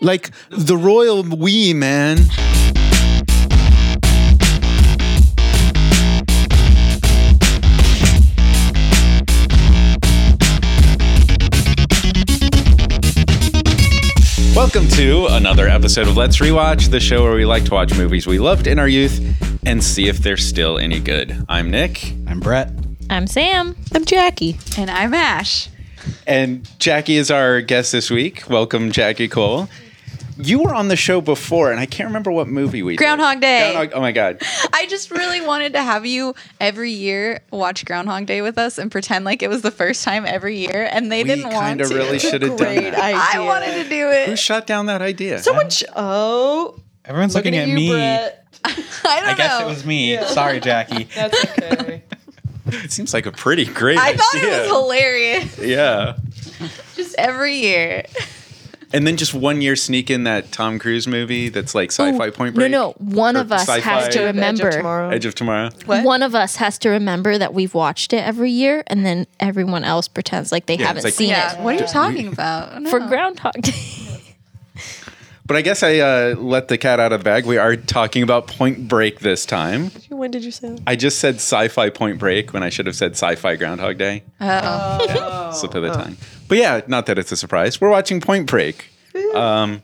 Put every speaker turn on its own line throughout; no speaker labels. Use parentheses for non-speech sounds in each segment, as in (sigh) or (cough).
Like the royal we, man. Welcome to another episode of Let's Rewatch, the show where we like to watch movies we loved in our youth and see if they're still any good. I'm Nick.
I'm Brett.
I'm Sam.
I'm Jackie.
And I'm Ash.
And Jackie is our guest this week. Welcome, Jackie Cole. You were on the show before, and I can't remember what movie we did.
Groundhog Day.
Groundhog- oh my god!
(laughs) I just really wanted to have you every year watch Groundhog Day with us and pretend like it was the first time every year, and they
We
didn't want
kinda
to.
really should have done
Great
that.
idea.
I wanted to do
Who
it.
shot down that idea?
Someone. Sh- oh,
Everyone's looking, at,
you,
me.
Brett.
I don't
I guess
know.
it was me.
Yeah.
Sorry, Jackie.
That's okay.
It seems like a pretty great
I
idea.
thought it was hilarious.
yeah.
Just every year.
And then just one year sneak in that Tom Cruise movie that's like sci-fi Point Break.
No, no. One
Or
of us has
sci-fi.
to remember.
tomorrow.
Edge of Tomorrow.
What?
One of us has to remember that we've watched it every year, and then everyone else pretends like they
it's
haven't
like-
seen
yeah.
it
What are you talking (laughs) about? No.
for Groundhog
(laughs)
Day.
But I guess I uh, let the cat out of the bag. We are talking about Point Break this time.
when did you say that?
I just said sci-fi Point Break when I should have said sci-fi Groundhog Day.
Oh.
slip of the tongue. But yeah, not that it's a surprise. We're watching Point Break. Um,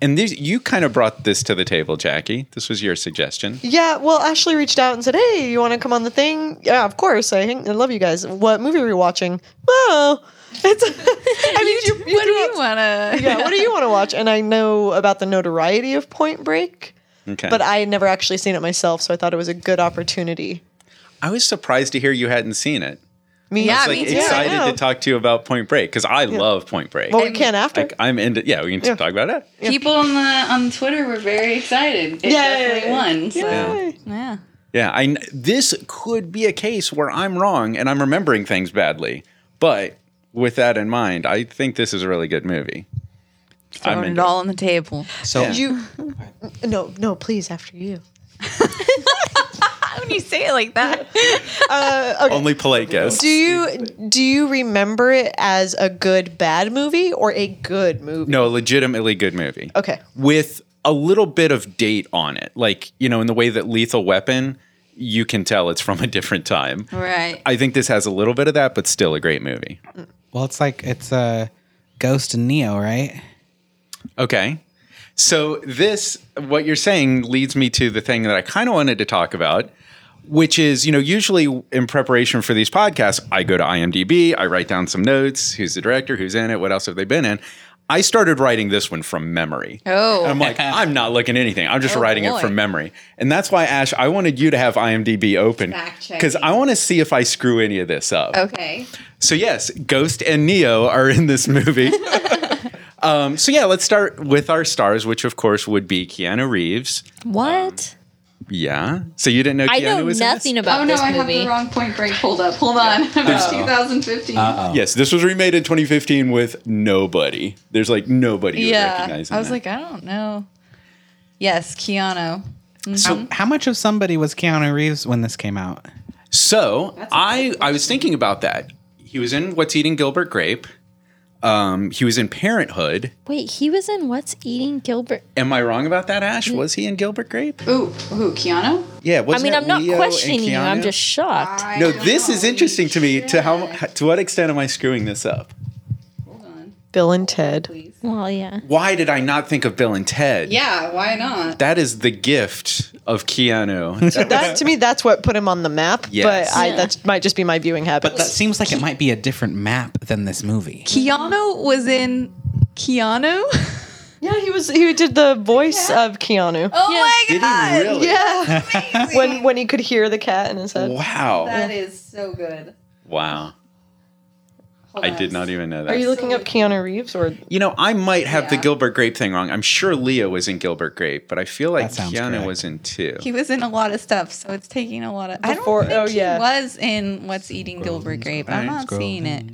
and these, you kind of brought this to the table, Jackie. This was your suggestion.
Yeah. Well, Ashley reached out and said, "Hey, you want to come on the thing?" Yeah, of course. I, hang- I love you guys. What movie are you watching? Well, (laughs) it's. I mean, you, you
What do you
threw out-
want to?
Yeah. What do you want to watch? And I know about the notoriety of Point Break,
Okay.
but I had never actually seen it myself, so I thought it was a good opportunity.
I was surprised to hear you hadn't seen it.
Me,
Yeah,
I was
me
like
too.
excited
Yeah, I know.
to talk to you about Point Break because I love Point Break.
Well, we can after.
Like, I'm into yeah, we can talk about it.
People on the on Twitter were very excited. It
Yay.
definitely won. So.
Yay.
Yeah.
Yeah, I kn- this could be a case where I'm wrong and I'm remembering things badly. But with that in mind, I think this is a really good movie. I'm
Throwing it
into
all on the table.
So
Yeah.
You. No, no, please, after you.
How when you say it like that?
Only polite guests.
Do you do you remember it as a good bad movie or a good movie?
No, legitimately good movie.
Okay.
with a little bit of date on it. Like, you know, in the way that Lethal Weapon, you can tell it's from a different time.
Mm-hmm.
Right.
I think this has a little bit of that, but still a great movie.
well, it's like it's uh, Ghost and Neo, right?
Okay. So, this, what you're saying, leads me to the thing that I kind of wanted to talk about, which is, you know, usually in preparation for these podcasts, I go to IMDb, I write down some notes who's the director, who's in it, what else have they been in. I started writing this one from memory.
Oh.
I'm like, I'm not looking at anything. I'm just
Oh,
writing it
boy.
from memory. And that's why, Ash, I wanted you to have IMDb open.
Fact-checking.
Because I want to see if I screw any of this up.
Okay.
So, yes, Ghost and Neo are in this
(laughs)
movie. um, so, yeah, let's start with our stars, which, of course, would be Keanu Reeves.
What?
Yeah. So, you didn't know Keanu
Um, I know
was in
nothing
this?
about
oh no,
this
I have
movie.
the wrong Point Break pulled up. Hold on. (laughs) It's 2015.
Yes, this was remade in 2015 with nobody. There's like nobody you
yeah.
recognize.
I was like, I don't know. Yes, Keanu.
So, how much of somebody was Keanu Reeves when this came out?
So I I was thinking about that. He was in What's Eating Gilbert Grape. Um, he was in Parenthood.
Wait, he was in What's Eating Gilbert?
Am I wrong about that, Ash? Was he in Gilbert Grape?
Ooh, who? Keanu?
Yeah. was
Mm. I mean, I'm not questioning you. I'm just shocked.
I
No,
don't
this
know.
is interesting to me. To how to what extent am I screwing this up?
Hold on,
Bill and Ted.
please.
Well, yeah.
Why did I not think of Bill and Ted?
Yeah, why not?
That is the gift of Keanu.
That to me, that's what put him on the map.
Yes.
But I,
Yeah.
that might just be my viewing habits.
But that seems like it might be a different map than this movie.
Keanu was in Keanu. (laughs)
yeah, he was. He did the voice of Keanu.
Oh my
Did he really?
Yeah.
(laughs)
when when he could hear the cat in his head.
Wow.
That is so good.
Wow.
Hold
I
on.
did not e- even know that.
Are you looking up Keanu Reeves or?
You know, I might have the
Yeah.
Gilbert Grape thing wrong. I'm sure Leo was in Gilbert Grape, but I feel like
That sounds
Keanu
correct.
was in two.
He was in a lot of stuff, so it's taking a lot of. I
Before-
don't think
oh, yeah.
he was in What's Eating Gilbert Grape. I'm not
scrolling.
seeing it.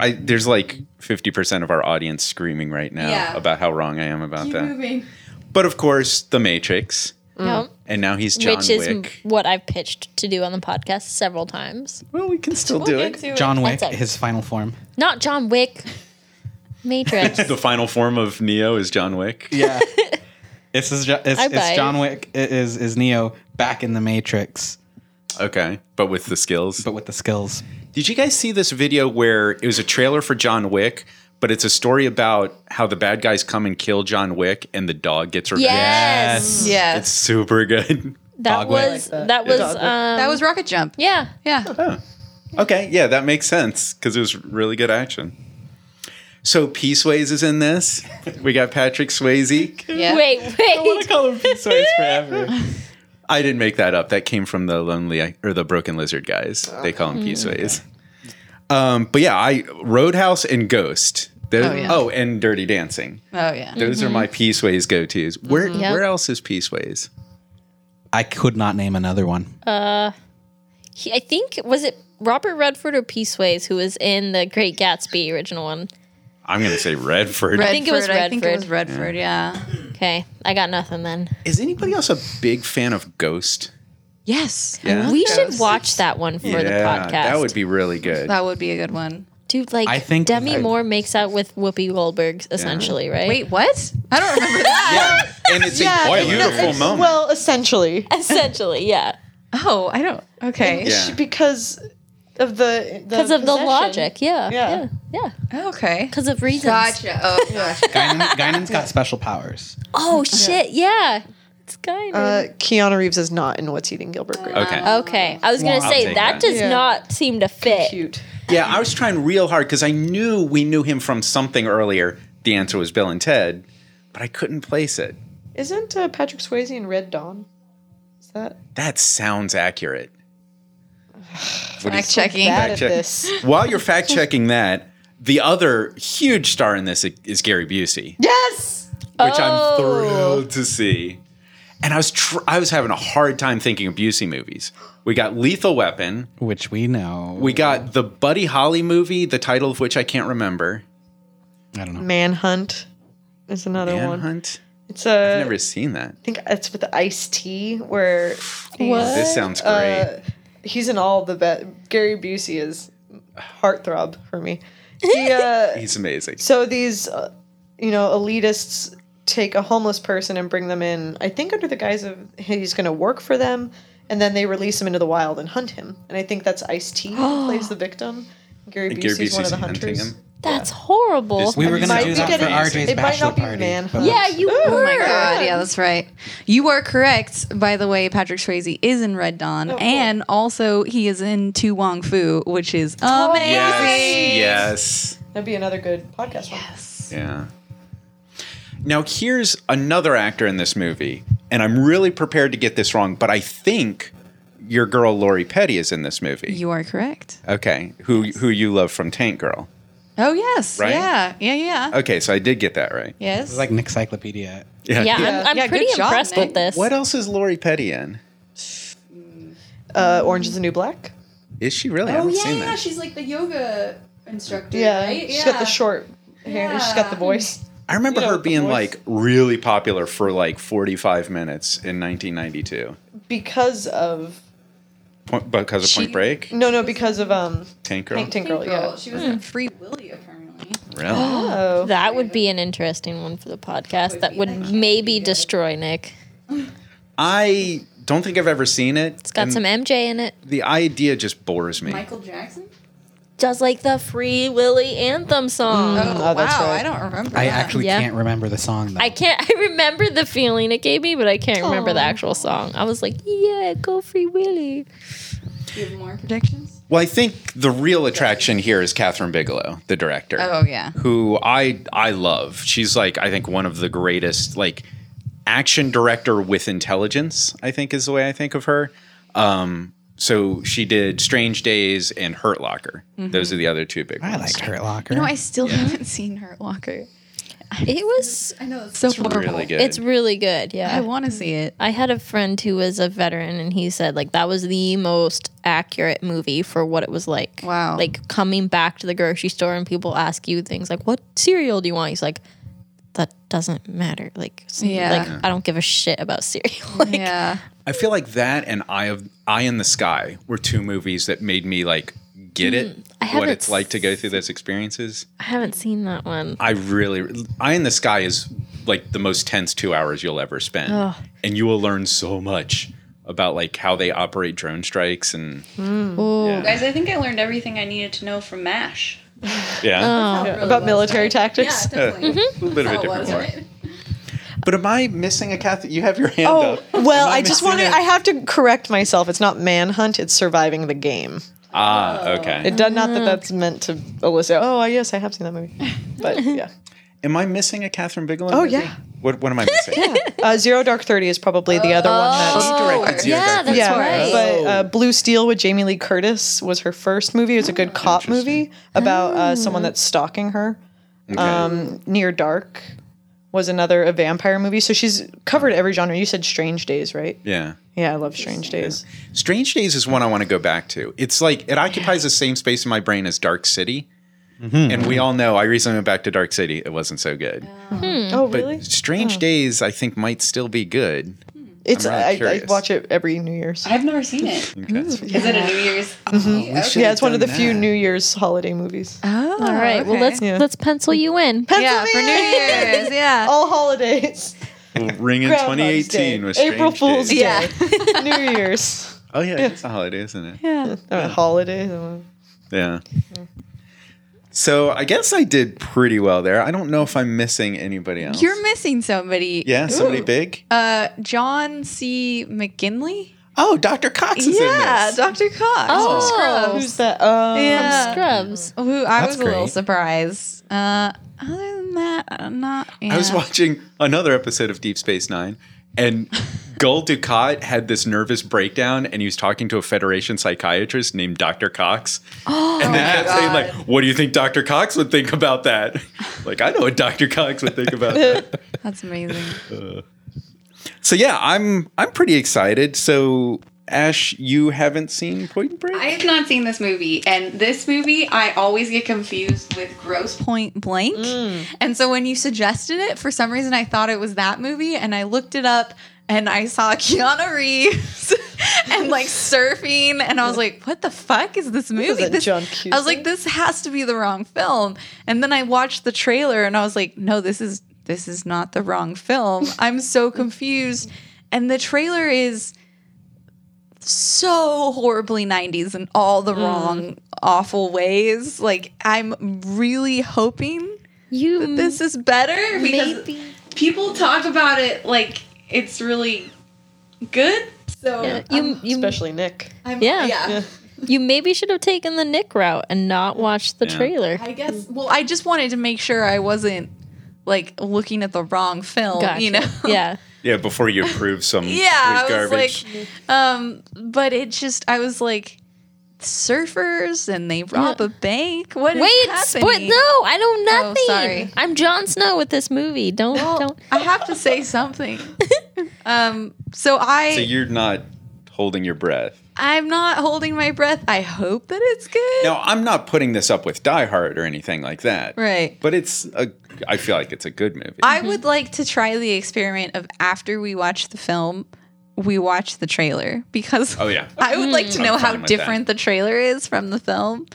I, there's like 50% of our audience screaming right now
Yeah.
about how wrong I am about
Keep
that.
moving.
But of course, The Matrix,
No.
and now he's Hmm. John
Which is
Wick.
what I've pitched to do on the podcast several times.
well, we can still do it.
John Wick,
That's
(laughs)
a-
his final form.
Not John Wick. Matrix.
the final form of Neo is John Wick.
Yeah. This is jo- it's,
I
it's
buy it.
John Wick i- is is Neo back in the Matrix,
Okay, but with the skills.
but with the skills.
Did you guys see this video where it was a trailer for John Wick, but it's a story about how the bad guys come and kill John Wick and the dog gets revenge?
yes.
Yeah.
It's super good.
That
Dog Wick.
was that. was um,
that was Rocket Jump.
yeah.
Yeah.
(laughs) Oh, Okay, yeah, that makes sense because it was really good action. So P Sways is in (laughs) this. We got Patrick Swayze.
Yeah.
Wait, wait.
call him Pete Sways forever.
I didn't make that up. That came from the Lonely or the Broken Lizard guys. They call him P
Mm.
Sways. Um, but yeah, I Roadhouse and Ghost. Those-
Oh, yeah.
oh, and Dirty Dancing.
Oh yeah.
Those are my Peace Ways go tos. Where
Yep.
where else is Peace Ways?
I could not name another one.
He, I think was it Robert Redford or Peaceways who was in the Great Gatsby original one.
I'm gonna say Redford.
Redford,
think it was
I think it
Redford.
was Redford. Yeah.
Okay, I got nothing then.
Is anybody else a big fan of Ghost?
Yes.
Yeah.
We should watch that one for the podcast.
that would be really good.
That would be a good one.
Dude, like
I think-
Demi
I-
Moore makes out with Whoopi Goldberg essentially, right?
(laughs) Wait, what? I don't
(laughs)
remember that.
yeah, and it's
Yeah,
a
no,
beautiful
it's-
moment.
Well, essentially,
essentially, (laughs) yeah,
Oh, I don't. (laughs) Okay.
Yeah.
Sh- because of the
because of the
possession.
logic, yeah,
Yeah.
yeah, yeah,
Okay.
because of reasons.
Gotcha. Oh gosh.
Guinan, Guinan's got special powers.
Oh shit, yeah, it's kind
Uh,
of
Keanu Reeves is not in What's Eating Gilbert Grape.
okay.
okay. I was gonna
I'll
say
take
that,
that.
does
Yeah.
not seem to fit.
Cute.
yeah, I was trying real hard because I knew we knew him from something earlier. The answer was Bill and Ted, but I couldn't place it.
Isn't uh, Patrick Swayze in Red Dawn? Is that
That sounds accurate. What do you-
Fact checking.
bad at
check.
this?
While you're fact checking that, the other huge star in this is Gary Busey.
Yes.
which I'm
Oh.
thrilled to see. And I was tr- I was having a hard time thinking of Busey movies. We got Lethal Weapon.
Which we know.
We got the Buddy Holly movie, the title of which I can't remember.
I don't know.
Manhunt is another one. Uh,
Manhunt.
It's a.
Never seen that.
I think it's with the iced tea where
What?
uh,
This sounds great.
he's in all the best. Gary Busey is heartthrob for me.
(laughs)
He, uh,
He's amazing.
so these, uh, you know, elitists take a homeless person and bring them in. I think under the guise of he's going to work for them, and then they release him into the wild and hunt him. And I think that's Ice T plays the victim. Gary
And
Busey's
Gary
one of
Busey's
the
hunting
hunters.
him.
That's horrible.
We were going
might
to do
be
that for
getting-
RJ's
it might
bachelor
not be
party.
man
but-
yeah, you
Oh
were.
my god, yeah, that's right. You are correct. By the way, Patrick Swayze is in Red Dawn, and also he is in Tu Wong Fu, which is amazing.
Yes. Yes.
That'd be another good podcast. one.
Yeah. Now here's another actor in this movie, and I'm really prepared to get this wrong, but I think your girl Lori Petty is in this movie.
You are correct.
okay, who who you love from Tank Girl?
Oh yes,
Right? Oh,
yeah, yeah, yeah.
Okay, so I did get that right.
Yes.
It's like an encyclopedia.
Yeah, I'm, I'm
Yeah, good
pretty
job,
impressed
Nick.
with this.
What else is Lori Petty in?
Uh, Orange is the New Black.
Is she really? I
Oh
haven't
yeah,
seen
yeah.
that.
She's like the yoga instructor,
Yeah,
right?
she's got the short hair. She's got the
Yeah.
voice.
I remember
Yeah,
her
with the
being
voice.
like really popular for like 45 minutes in 1992
because of
point, because of
She-
Point Break,
Mm,
no no because of um
Tank Girl.
Hank Tank Girl, yeah.
She was
Mm.
in Free Willy apparently.
Really?
Oh.
(gasps) that would be an interesting one for the podcast. That
be-
would maybe destroy Nick.
I don't think I've ever seen it.
It's got some MJ in it.
The idea just bores me.
Michael Jackson.
Does like the Free Willy anthem song.
oh,
oh,
Mm,
wow,
that's right.
I don't remember.
I
that.
actually
Yeah.
can't remember the song though.
I can't. I remember the feeling it gave me, but I can't remember the actual song. I was like, "Yeah, go Free Willy."
Do you have more predictions?
Well, I think the real attraction here is Catherine Bigelow, the director.
Oh yeah.
who I I love. She's like I think one of the greatest like action director with intelligence. I think is the way I think of her. Um, so she did Strange Days and Hurt Locker. Those are the other two big
I
ones.
liked Hurt Locker.
No, I still haven't seen Hurt Locker.
It was.
I know it's
So
It's
horrible.
really good.
It's really good.
I
Yeah.
want to see it.
I had a friend who was a veteran, and he said like that was the most accurate movie for what it was like.
Wow.
Like coming back to the grocery store and people ask you things like, "What cereal do you want?" He's like, "That doesn't matter." Like, s-
Yeah.
Like I don't give a shit about cereal.
(laughs)
like,
yeah.
I feel like that and Eye of Eye in the Sky were two movies that made me like get it. what
haven't
it's like to go through those experiences.
I haven't seen that one.
I really, Eye in the Sky is like the most tense two hours you'll ever spend,
Ugh.
and you will learn so much about like how they operate drone strikes and
Mm.
Ooh.
yeah,
Guys, I think I learned everything I needed to know from MASH.
yeah.
Oh.
Really
about
was
military
it.
tactics.
Yeah, definitely.
a little bit of a
How it
different
was,
one.
right?
But am I missing a Catholic? You have your hand
Oh,
up.
well,
Am
I just
missing
want to.
a-
I have to correct myself. It's not manhunt, it's surviving the game.
ah, okay.
It does not
Mm.
that that's meant to elicit. Oh, yes, I have seen that movie.
(laughs)
But yeah,
Am I missing a Catherine Bigelow?
Oh,
movie?
yeah.
What What am I missing?
uh, Zero Dark Thirty is probably the other one that's
Oh,
directed.
Zero
yeah,
Dark
Oh. that's
yeah,
right.
but uh, Blue Steel with Jamie Lee Curtis was her first movie. It was a good cop movie about
Oh.
uh, someone that's stalking her.
Okay.
Um, Near Dark was another a vampire movie. So she's covered every genre. You said Strange Days, right?
yeah.
Yeah, I love Strange Days.
Strange Days is one I want to go back to. It's like it occupies the same space in my brain as Dark City. And we all know I recently went back to Dark City. It wasn't so good.
Hmm.
Oh, really?
But Strange Days, I think, might still be good.
It's
I'm really
I, I
curious.
watch it every New Year's.
I've never seen it. Is it a New Year's?
Mm-hmm.
Okay.
Yeah, it's one of the
done
few
that.
New Year's holiday movies.
Oh,
All right. Well, let's
Yeah.
let's pencil you in.
(laughs) yeah for New Year's. (laughs) Yeah.
(laughs)
Oh.
All holidays.
Ring in
Groundhog's Day,
2018 was Strange
April Fool's
Days.
Yeah.
Day, New
(laughs)
Year's.
Oh yeah, it's a holiday, isn't it?
yeah.
Uh, holidays. uh,
Yeah. So I guess I did pretty well there. I don't know if I'm missing anybody else.
You're missing somebody.
yeah, somebody big.
Uh, John C. McKinley.
Oh, Dr. Cox is
Yeah,
in this.
Dr. Cox.
Oh.
from Scrubs.
Who's that? Um,
Yeah.
Scrubs.
Who I
That's
was a little
great.
surprised. Uh, other than that, I'm not. Yeah.
I was watching another episode of Deep Space Nine, and Gul Dukat had this nervous breakdown, and he was talking to a Federation psychiatrist named Dr.
(gasps)
Cox.
Oh
and they kept saying, like, what do you think Dr. Cox would think about
(laughs)
that? like, I know what Dr. Cox would think about that. (laughs)
That's amazing.
So yeah, I'm I'm pretty excited. So Ash, you haven't seen Point Break?
I have not seen this movie, and this movie I always get confused with Gross.
Point blank.
Mm.
And so when you suggested it, for some reason I thought it was that movie, and I looked it up and I saw (laughs) Keanu Reeves and like surfing, and I was like, "What the fuck is this movie?"
isn't John
I was like,
Cusack.
"This has to be the wrong film." And then I watched the trailer, and I was like, "No, this is this is not the wrong film."
(laughs)
I'm so confused, and the trailer is so horribly 90s in all
Mm.
the wrong awful ways like i'm really hoping
You
this is better
Because
(laughs)
maybe.
Mm. people talk about it like it's really good. So
Yeah, you you
Especially Nick.
I'm,
Yeah.
yeah.
you maybe should have taken the Nick route and not watched the
Yeah.
trailer.
I guess
well i just wanted to make sure i wasn't like looking at the wrong film
Gotcha.
you know
Yeah.
yeah, before you approve some
(laughs) yeah
weird
i was
garbage.
like
Mm.
um but it just i was like surfers and they rob
Yeah.
a bank what is
Wait, spoil
happening?
no, I know
Oh,
nothing.
sorry.
I'm Jon Snow with this movie. Don't
well,
don't
i have to say
(laughs)
something um so i
so you're not holding your breath.
I'm not holding my breath. I hope that it's good.
Now, I'm not putting this up with Die Hard or anything like that.
Right.
But it's a I feel like it's a good movie.
I
Mm-hmm.
would like to try the experiment of after we watch the film, we watch the trailer because
oh yeah.
(laughs) I would like to know
I'm
how
fine with that.
different the trailer is from the film.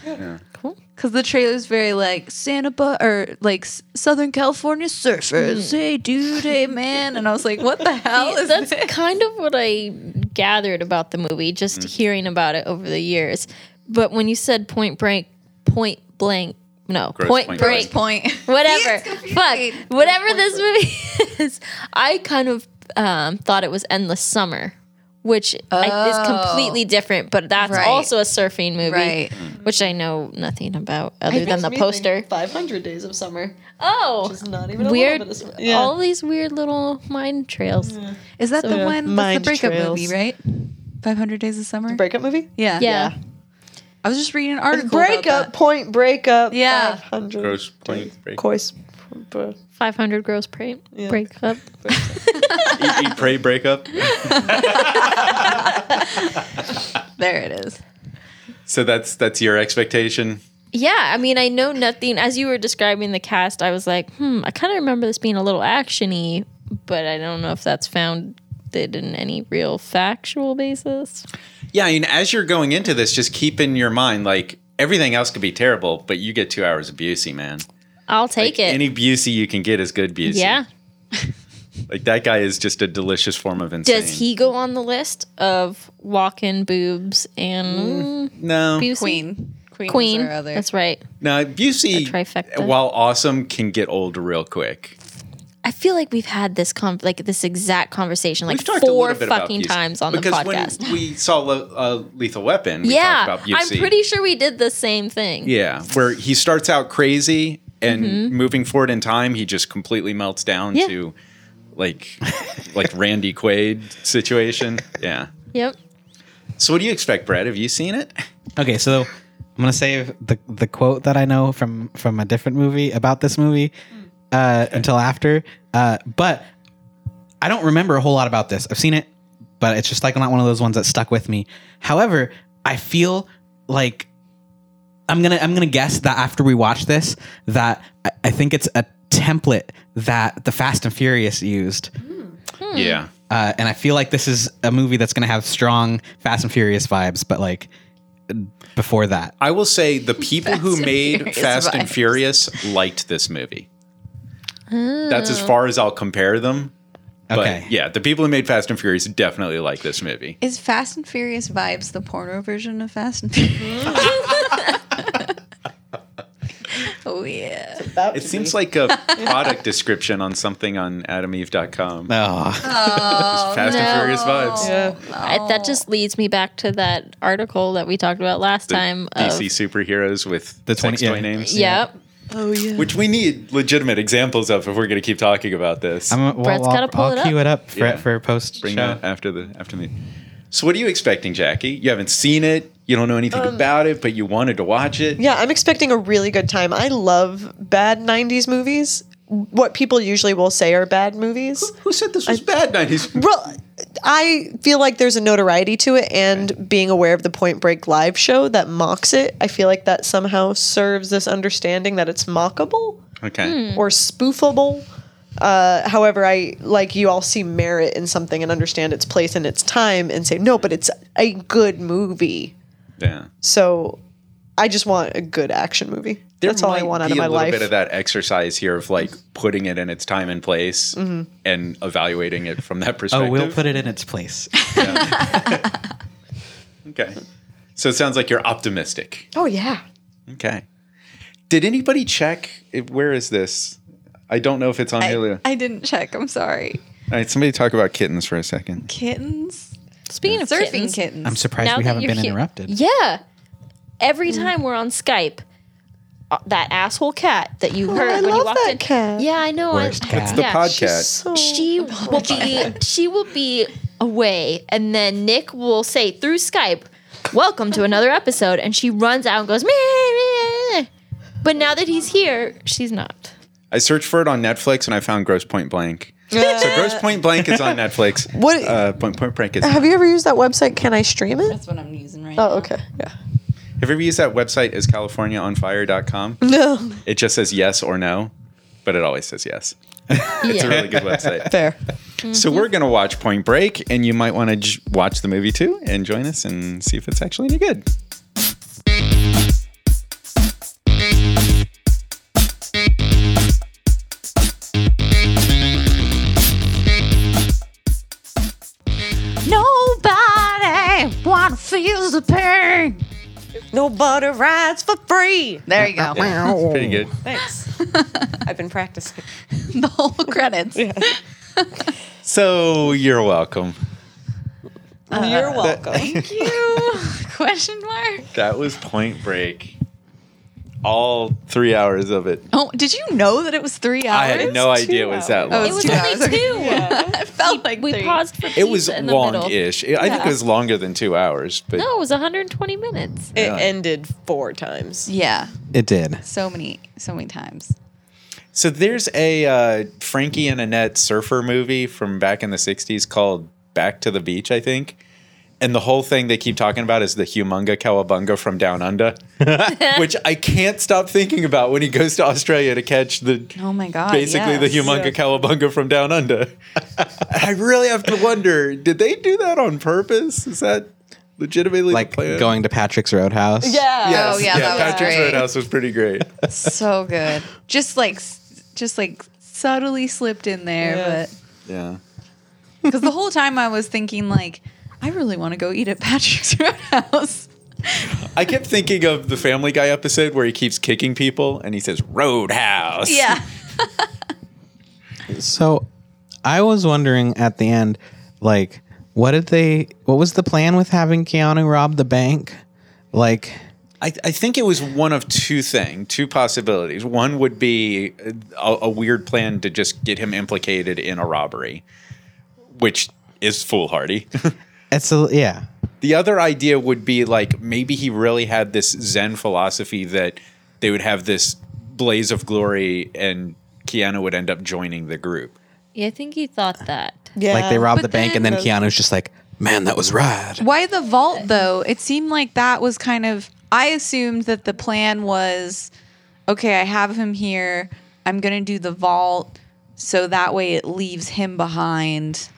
Cool.
Because the trailer is very like Santa Bu- or like S- Southern California
Hmm.
surfers. Hey, dude, hey, man. And I was like,
(laughs)
what the hell is
that's
this?
kind of what I gathered about the movie, just hearing about it over the years. But when you said point blank, point blank, no,
Gross
point,
Point
break,
(laughs)
Point.
whatever, fuck, whatever this movie (laughs) is, I kind of um, thought it was Endless Summer, which I, is completely different, but that's
Oh. Right.
also a surfing movie,
Right.
which I know nothing about other than the poster.
Five hundred days of summer.
Oh,
It's not even
weird.
A little bit of summer. Yeah.
All these weird little mind trails. Yeah.
Is that the
yeah.
one?
Mind
That's the breakup
Trails.
movie, right? 500 Days of Summer?
breakup movie.
yeah.
Yeah.
I was just reading an article. about
breakup.
that.
Point breakup.
Yeah.
Five hundred.
Gross point break.
Cois. b-
500 gross pra- breakup.
eat, eat, pray breakup.
There it is.
(laughs) So that's that's your expectation.
Yeah, I mean, I know nothing. As you were describing the cast, I was like, hmm, I kind of remember this being a little actiony, but I don't know if that's founded in any real factual basis.
Yeah, I mean, as you're going into this, just keep in your mind like everything else could be terrible, but you get two hours of Busey, man.
I'll take
Like,
it.
Any Busey you can get is good Busey.
yeah.
Like that guy is just a delicious form of insane.
Does he go on the list of walking boobs and
No.
Busey?
Mm. Queen. Queen.
Queen.
Was our other.
That's right.
No, Busey,
A trifecta.
while awesome, can get old real quick.
I feel like we've had this con- like this exact conversation like
We've talked a
four
little bit about
fucking
Busey.
times on the
because
podcast.
when we saw Lo- uh, Lethal Weapon, we
yeah,
talked about
I'm
Busey.
pretty sure we did the same thing.
Yeah, where he starts out crazy and moving forward in time, he just completely melts down
Yeah.
to like like Randy Quaid situation. Yeah.
Yep.
So what do you expect, Brad? Have you seen it?
Okay, so I'm gonna save the the quote that I know from from a different movie about this movie uh, until after. Uh, but I don't remember a whole lot about this. I've seen it, but it's just like not one of those ones that stuck with me. However, I feel like I'm gonna I'm gonna guess that after we watch this, that I, I think it's a template that the Fast and Furious used.
Yeah.
Uh, and I feel like this is a movie that's going to have strong Fast and Furious vibes, but like before that.
I will say the people who
and
made
Furious
Fast and
vibes.
Furious liked this movie. That's as far as I'll compare them. But
Okay.
yeah, the people who made Fast and Furious definitely like this movie.
Is Fast and Furious Vibes the porno version of Fast
(laughs)
and Furious? oh, yeah.
About
It
to
seems
be.
like a product description on something on adameve.com.
Oh,
Fast and Furious vibes.
Yeah.
I, that just leads me back to that article that we talked about last
the
time. Of,
DC superheroes with the
The
sex
20 yeah.
toy names.
Yep.
Oh yeah.
Which we need legitimate examples of if we're going to keep talking about this.
I'm, well,
Brett's
I'll,
gotta pull
I'll
it
cue
up.
it up for,
Yeah.
for post
Bring
show.
that after the after me. So what are you expecting, Jackie? You haven't seen it. You don't know anything about it, but you wanted to watch it.
Um, Yeah, I'm expecting a really good time. I love bad 90s movies. What people usually will say are bad movies.
Who said this was bad? Nineties.
Well, I feel like there's a notoriety to it, and being aware of the Point Break live show that mocks it, I feel like that somehow serves this understanding that it's mockable
Okay.
or spoofable. Uh, however, I like you all see merit in something and understand its place and its time, and say no, but it's a good movie.
Yeah.
So, I just want a good action movie.
There
That's all I
might
want out
be
of my
a little
life.
bit of that exercise here of like putting it in its time and place
Mm-hmm.
and evaluating it from that
(laughs) Oh,
perspective.
we'll put it in its place.
Okay. So it sounds like you're optimistic.
oh yeah.
Okay. Did anybody check? if- Where is this? I don't know if it's on Hulu.
I didn't check. I'm sorry.
All right, somebody talk about kittens for a second.
Kittens?
Speaking of
Surfing
kittens,
kittens.
I'm surprised
Now
we
that
haven't
you're
been
here-
interrupted.
Yeah.
Mm.
Every time we're on Skype, uh, that asshole cat that you heard
Oh, I
when you
love
walked
that
in.
cat.
Yeah, I know. I-
Worst cat. It's
The
yeah,
podcast.
(laughs)
So
She will be she will be away and then Nick will say through Skype, "Welcome to another episode." And she runs out and goes, meh, meh. But now that he's here, she's not.
I searched for it on Netflix and I found Gross Point Blank. so Gross Point Blank is on Netflix.
Uh, (laughs) What-
Uh, Point Point Blank is. Have
Have you ever used that website? Can I stream it?
That's what I'm using right
Oh, okay. Yeah.
you ever used that website? Is CaliforniaOnFire.com?
No.
It just says yes or no, but it always says yes. (laughs) It's a
Yeah.
really good website.
Fair.
So we're gonna watch Point Break, and you might want to j- watch the movie too, and join us and see if it's actually any good.
Nobody wanna feel the pain.
Nobody rides for free.
There you go.
It's pretty
Oh.
good.
Thanks. I've been practicing.
the whole credits.
So you're welcome. (laughs)
You're welcome.
You (laughs) question mark.
That was Point Break. All three hours of it.
Oh, did you know that it was three hours?
I had no idea it was that long.
Oh,
It was
two
only
hours. (laughs)
two.
I felt like
We
three.
paused for pizza
it was
in the middle.
long-ish. I think it was longer than two hours. But
No, it was 120 minutes.
It ended four times.
Yeah,
It did.
so many, so many times.
so there's a uh, Frankie and Annette surfer movie from back in the '60s called Back to the Beach, I think. And the whole thing they keep talking about is the humunga cowabunga from down under, which I can't stop thinking about when he goes to Australia to catch the
Oh my god!
basically the
yes.
humunga cowabunga from down (laughs) under. I really have to wonder, did they do that on purpose? Is that legitimately
like
the plan.
going to Patrick's Roadhouse.
Yeah.
Yes. Oh, yeah, that was
Patrick's
great.
Roadhouse was pretty
(laughs)
great.
so good. Just like, s- just like subtly slipped in there,
Yeah.
but
yeah.
because the whole time I was thinking like, I really want to go eat at Patrick's (laughs) Roadhouse.
I kept thinking of the Family Guy episode where he keeps kicking people and he says Roadhouse.
(laughs) Yeah.
So I was wondering at the end, like, what did they? What was the plan with having Keanu rob the bank? Like,
I, I think it was one of two things, two possibilities. One would be a, a weird plan to just get him implicated in a robbery, which is foolhardy.
it's a yeah.
the other idea would be like maybe he really had this Zen philosophy that they would have this blaze of glory and Keanu would end up joining the group.
Yeah, I think he thought that.
Yeah.
Like they robbed
But
the bank, and then Keanu's just like, man, that was rad.
Why the vault though? It seemed like that was kind of. I assumed that the plan was, okay, I have him here. I'm gonna do the vault, so that way it leaves him behind.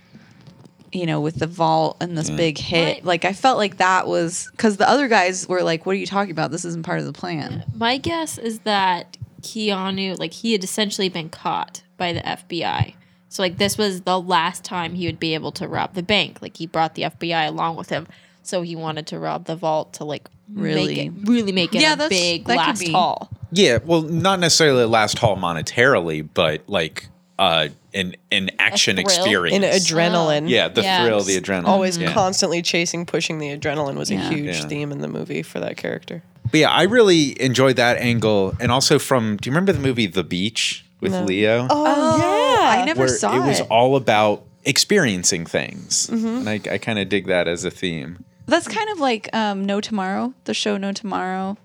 You know, with the vault and this big hit,
Right.
like I felt like that was because the other guys were like, "What are you talking about? This isn't part of the plan."
My guess is that Keanu, like, he had essentially been caught by the FBI. So, like, this was the last time he would be able to rob the bank. Like, he brought the FBI along with him. So, he wanted to rob the vault to, like,
Really?
make it, really make it
Yeah,
a
that's-
big
that could
last
be.
haul.
Yeah, well, not necessarily a last haul monetarily, but like uh, an an action
thrill?
experience.
In adrenaline.
yeah, the
Yeah.
thrill, the adrenaline.
Always
yeah.
constantly chasing, pushing the adrenaline was
Yeah.
a huge
Yeah.
theme in the movie for that character.
But yeah, I really enjoyed that angle, and also from. Do you remember the movie The Beach with Leo?
Oh,
I never saw it.
was all about experiencing things, and I, I kind of dig that as a theme.
that's kind of like um, No Tomorrow, the show No Tomorrow.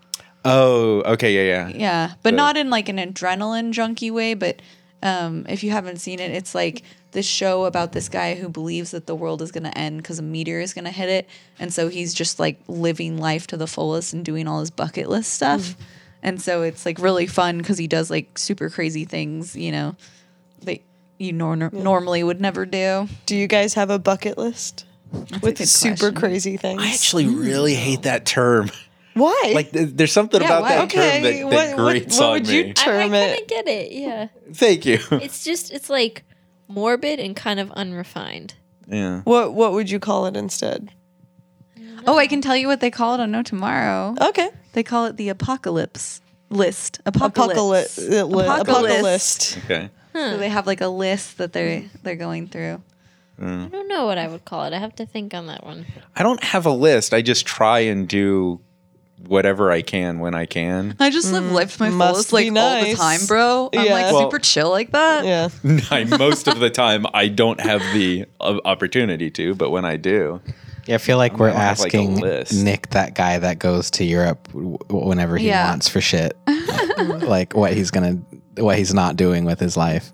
Oh, okay, yeah, yeah.
Yeah, but
So-
not in like an adrenaline junkie way. But um, if you haven't seen it, it's like this show about this guy who believes that the world is going to end because a meteor is going to hit it, and so he's just like living life to the fullest and doing all his bucket list stuff.
Mm.
And so it's like really fun because he does like super crazy things, you know, that you nor- normally would never do.
do you guys have a bucket list with
good
super
question.
crazy things?
I actually really hate that term.
Why?
Like, th- there's something
Yeah,
about
why?
that term
Okay,
that,
what-
that
what-
grates
what
on
would
me.
you
I, I
Term
kind
it.
of get it. Yeah.
Thank
(laughs)
you.
It's just, it's like morbid and kind of unrefined.
yeah.
What What would you call it instead?
Oh, I can tell you what they call it on No Tomorrow.
Okay.
They call it the apocalypse list. Apocalypse.
Apocalypse. Uh, Apocalypse.
Okay.
So they have like a list that they're they're going through.
I don't know what I would call it. I have to think on that
(laughs)
one.
I don't have a list. I just try and do whatever I can when I can.
I just live life to my
Mm, must
fullest like
be
all the
nice.
time, bro. I'm
Yeah.
like
Well-
super chill like that.
Yeah.
(laughs) I, most of the time, I don't have the uh, opportunity to, but when I do,
Yeah, I feel like we're
gonna have, like, a
asking
list.
Nick, that guy that goes to Europe w- whenever he
Yeah.
wants for shit, (laughs) like what he's gonna, what he's not doing with his life.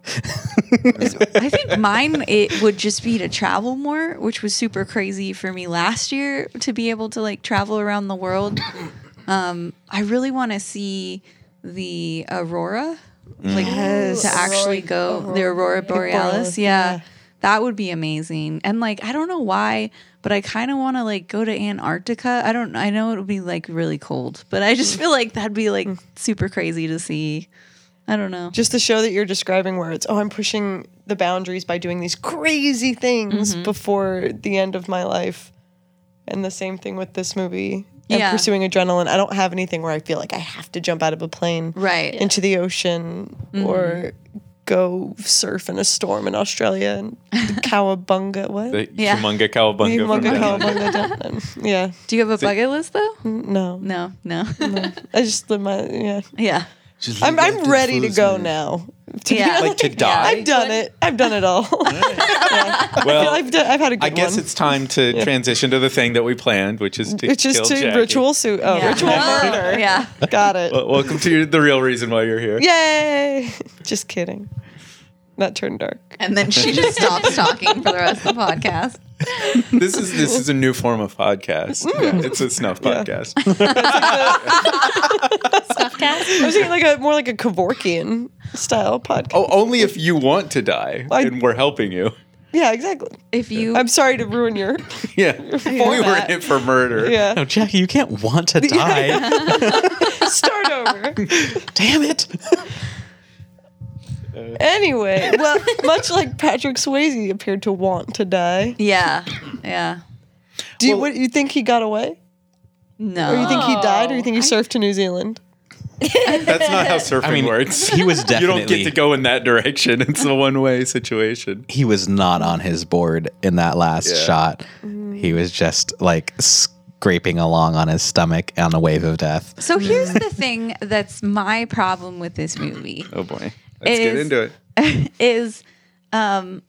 I think mine it would just be to travel more, which was super crazy for me last year to be able to like travel around the world. Um, I really want to see the aurora, like to actually go the aurora borealis. Yeah, that would be amazing. And like I don't know why, but I kind of want to like go to Antarctica. I don't. I know it would be like really cold, but I just feel like that'd be like super crazy to see. I don't know.
Just the show that you're describing, where it's oh, I'm pushing the boundaries by doing these crazy things before the end of my life, and the same thing with this movie. And
Yeah.
pursuing adrenaline. I don't have anything where I feel like I have to jump out of a plane
Right.
into the ocean or go surf in a storm in Australia and cowabunga. What?
the
Yeah.
humunga cowabunga. from
Cowabunga,
down under.
cowabunga, down under. Yeah.
Do you have a bucket list though?
No.
No, no.
I just live my yeah.
(laughs) yeah.
I'm I'm ready to go now. To be
Yeah.
Like to
(laughs) honest.
die.
I've done it. I've done it all. (laughs)
well,
I've done, I've had a good
I guess
one.
it's time to transition to the thing that we planned, which is to
it's just
kill
to
Jackie.
ritual suit.
(laughs)
Oh,
Yeah.
ritual
(laughs)
murder.
Yeah.
Got it.
Well, welcome to the real reason why you're here.
Yay! (laughs) Just kidding. That turned dark.
And then she just stops talking for the rest of the podcast.
This is this is a new form of podcast. Yeah, it's a snuff podcast.
I was thinking like a more like a Kevorkian style podcast.
Oh, only Oh, if you want to die
I-
and we're helping you. (laughs)
Yeah, exactly.
If you
I'm sorry to ruin your.
Yeah. we were in it for murder.
Yeah.
(laughs)
No, Jackie, you can't want (laughs) to die.
Start over.
Damn it.
Anyway, well, much like Patrick Swayze appeared to want to die.
Yeah. Yeah.
Do you, what, you think he got away?
No.
Or you think he died?
Oh,
Or you think he surfed to New Zealand?
That's not how (laughs) surfing
I mean,
works.
he was
You
definitely.
don't get to go in that direction. It's a one way situation.
He was not on his board in that last
Yeah.
shot. He was just like scraping along on his stomach on a wave of death.
so here's the thing that's my problem with this movie
Oh boy. Let's get
Is-
into it.
is um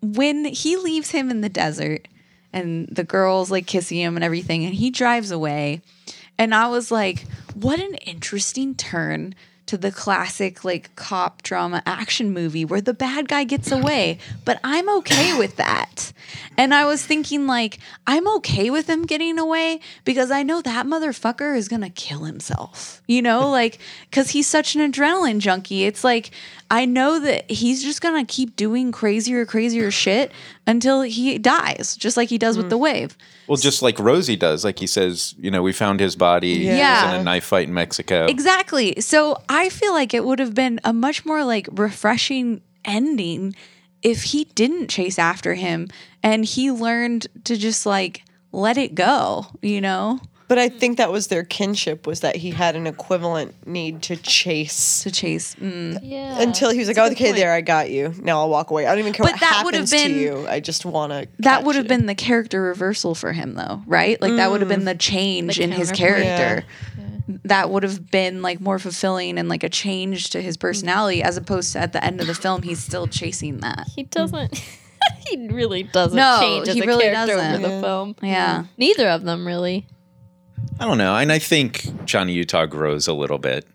when he leaves him in the desert and the girls like kissing him and everything and he drives away and i was like what an interesting turn to the classic like cop drama action movie where the bad guy gets away but i'm okay with that and i was thinking like i'm okay with him getting away because i know that motherfucker is gonna kill himself you know like because he's such an adrenaline junkie it's like i know that he's just gonna keep doing crazier crazier shit until he dies just like he does with the wave
Well, just like Rosie does. Like he says, you know, we found his body. He was
Yeah.
in a knife fight in Mexico.
Exactly. So I feel like it would have been a much more like refreshing ending if he didn't chase after him and he learned to just like let it go, you know,
But I think that was their kinship was that he had an equivalent need to chase
to chase. Mm.
Yeah.
until he was like, "Oh, okay, there, I got you. Now I'll walk away. I don't even care
But
what
that would have
happens to
been-
you. I just want to.
That would have been the character reversal for him, though, right? Like that would have been the change
Mm. The
in his
counterpoint.
character. That would have been like more fulfilling and like a change to his personality, as opposed to at the end of the film, he's still chasing that.
He doesn't. (laughs) he really doesn't
No,
change as
he
a
really
character
doesn't.
over the film.
Yeah.
Neither of them really.
I don't know. And I think Johnny Utah grows a little bit.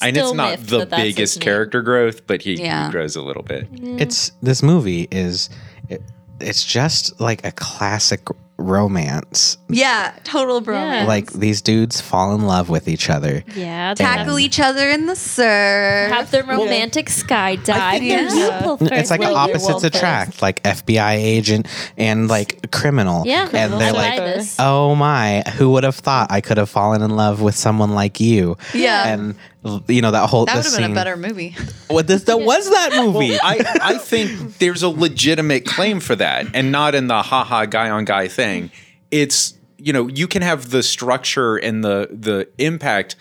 and it's
Still
not
miffed
the
that that's his
biggest
name.
character growth, but he, he
Yeah.
grows a little bit.
It's this movie is it, it's just like a classic romance.
Yeah, total bro.
Yeah.
Like these dudes fall in love with each other.
Yeah.
tackle each other in the surf.
Have the romantic skydive.
there's
You
a-
pull
it's
first,
like
Will, you
opposites
pull
attract, like FBI agent and like criminal.
first. Yeah.
and they're
I
like,
buy this.
"Oh my, who would have thought I could have fallen in love with someone like you?"
yeah,
And you know that whole
that
the
would have been
scene-
a better movie.
What this that was that movie?
I, I think there's a legitimate claim for that and not in the haha guy on guy thing. It's, you know, you can have the structure and the the impact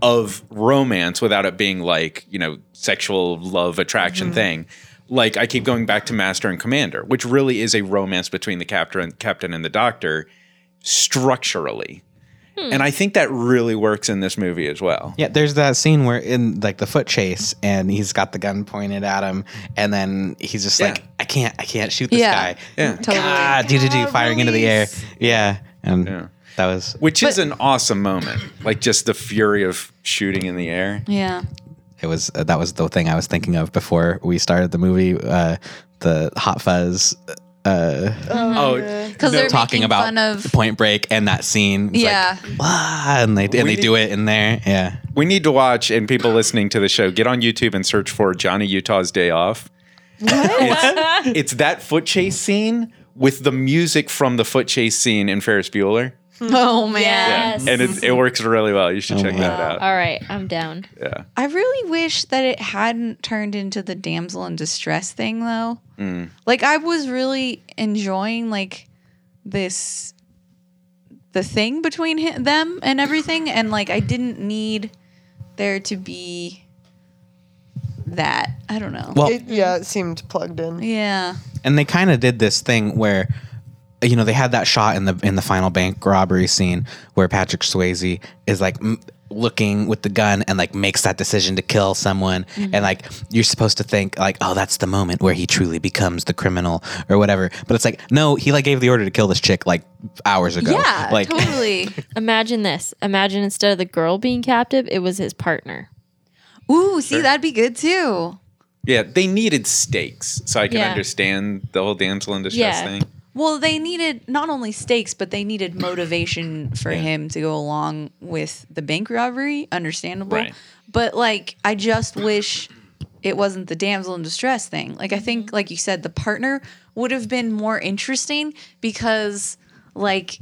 of romance without it being like, you know, sexual love attraction thing. Like I keep going back to Master and Commander, which really is a romance between the captain and captain and the doctor structurally. And I think that really works in this movie as well.
Yeah, there's that scene where in like the foot chase, and he's got the gun pointed at him, and then he's just
Yeah.
like, "I can't, I can't shoot this
Yeah.
guy."
Yeah.
Totally.
Ah, do do do, firing into the air. Yeah, and
Yeah.
that was.
which is an awesome moment like just the fury of shooting in the air
Yeah, (laughs)
It was uh, that was the thing I was thinking of before we started the movie. Uh, the hot fuzz
oh
because they're
talking
making
about
fun of.
Point Break and that scene. It's like,
Yeah,
"Wah," and they and
We
they
need-
do it in there. Yeah,
we need to watch and people listening to the show get on youtube and search for johnny utah's day off It's, it's that foot chase scene with the music from the foot chase scene in ferris bueller
(laughs) oh man.
Yes.
and it, it works really well you should check
wow.
that out
All right, I'm down.
yeah
I really wish that it hadn't turned into the damsel in distress thing, though.
Mm.
Like I was really enjoying like this, the thing between hi them and everything, and like I didn't need there to be that. I don't know.
Well-
It, yeah, it seemed plugged in.
yeah.
and they kind of did this thing where you know they had that shot in the in the final bank robbery scene where Patrick Swayze is like m- looking with the gun and like makes that decision to kill someone and like you're supposed to think like oh that's the moment where he truly becomes the criminal or whatever but it's like no he like gave the order to kill this chick like hours ago
Yeah,
like (laughs)
totally.
Imagine this. Imagine instead of the girl being captive, it was his partner.
Ooh, see, that'd be good too.
yeah they needed stakes so i can
Yeah.
understand the whole damsel in distress
Yeah.
thing
Well, they needed not only stakes, but they needed motivation for him to go along with the bank robbery, understandable.
Right.
But like, I just wish it wasn't the damsel in distress thing. Like I think, like you said, the partner would have been more interesting because, like,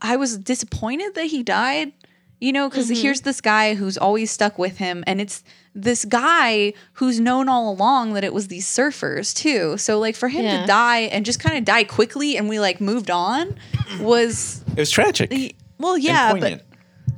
I was disappointed that he died. You know, because
Mm-hmm.
here's this guy who's always stuck with him, and it's this guy who's known all along that it was these surfers too. So like for him
Yeah.
to die and just kind of die quickly, and we like moved on was
It was tragic.
well,
and
yeah, but
poignant.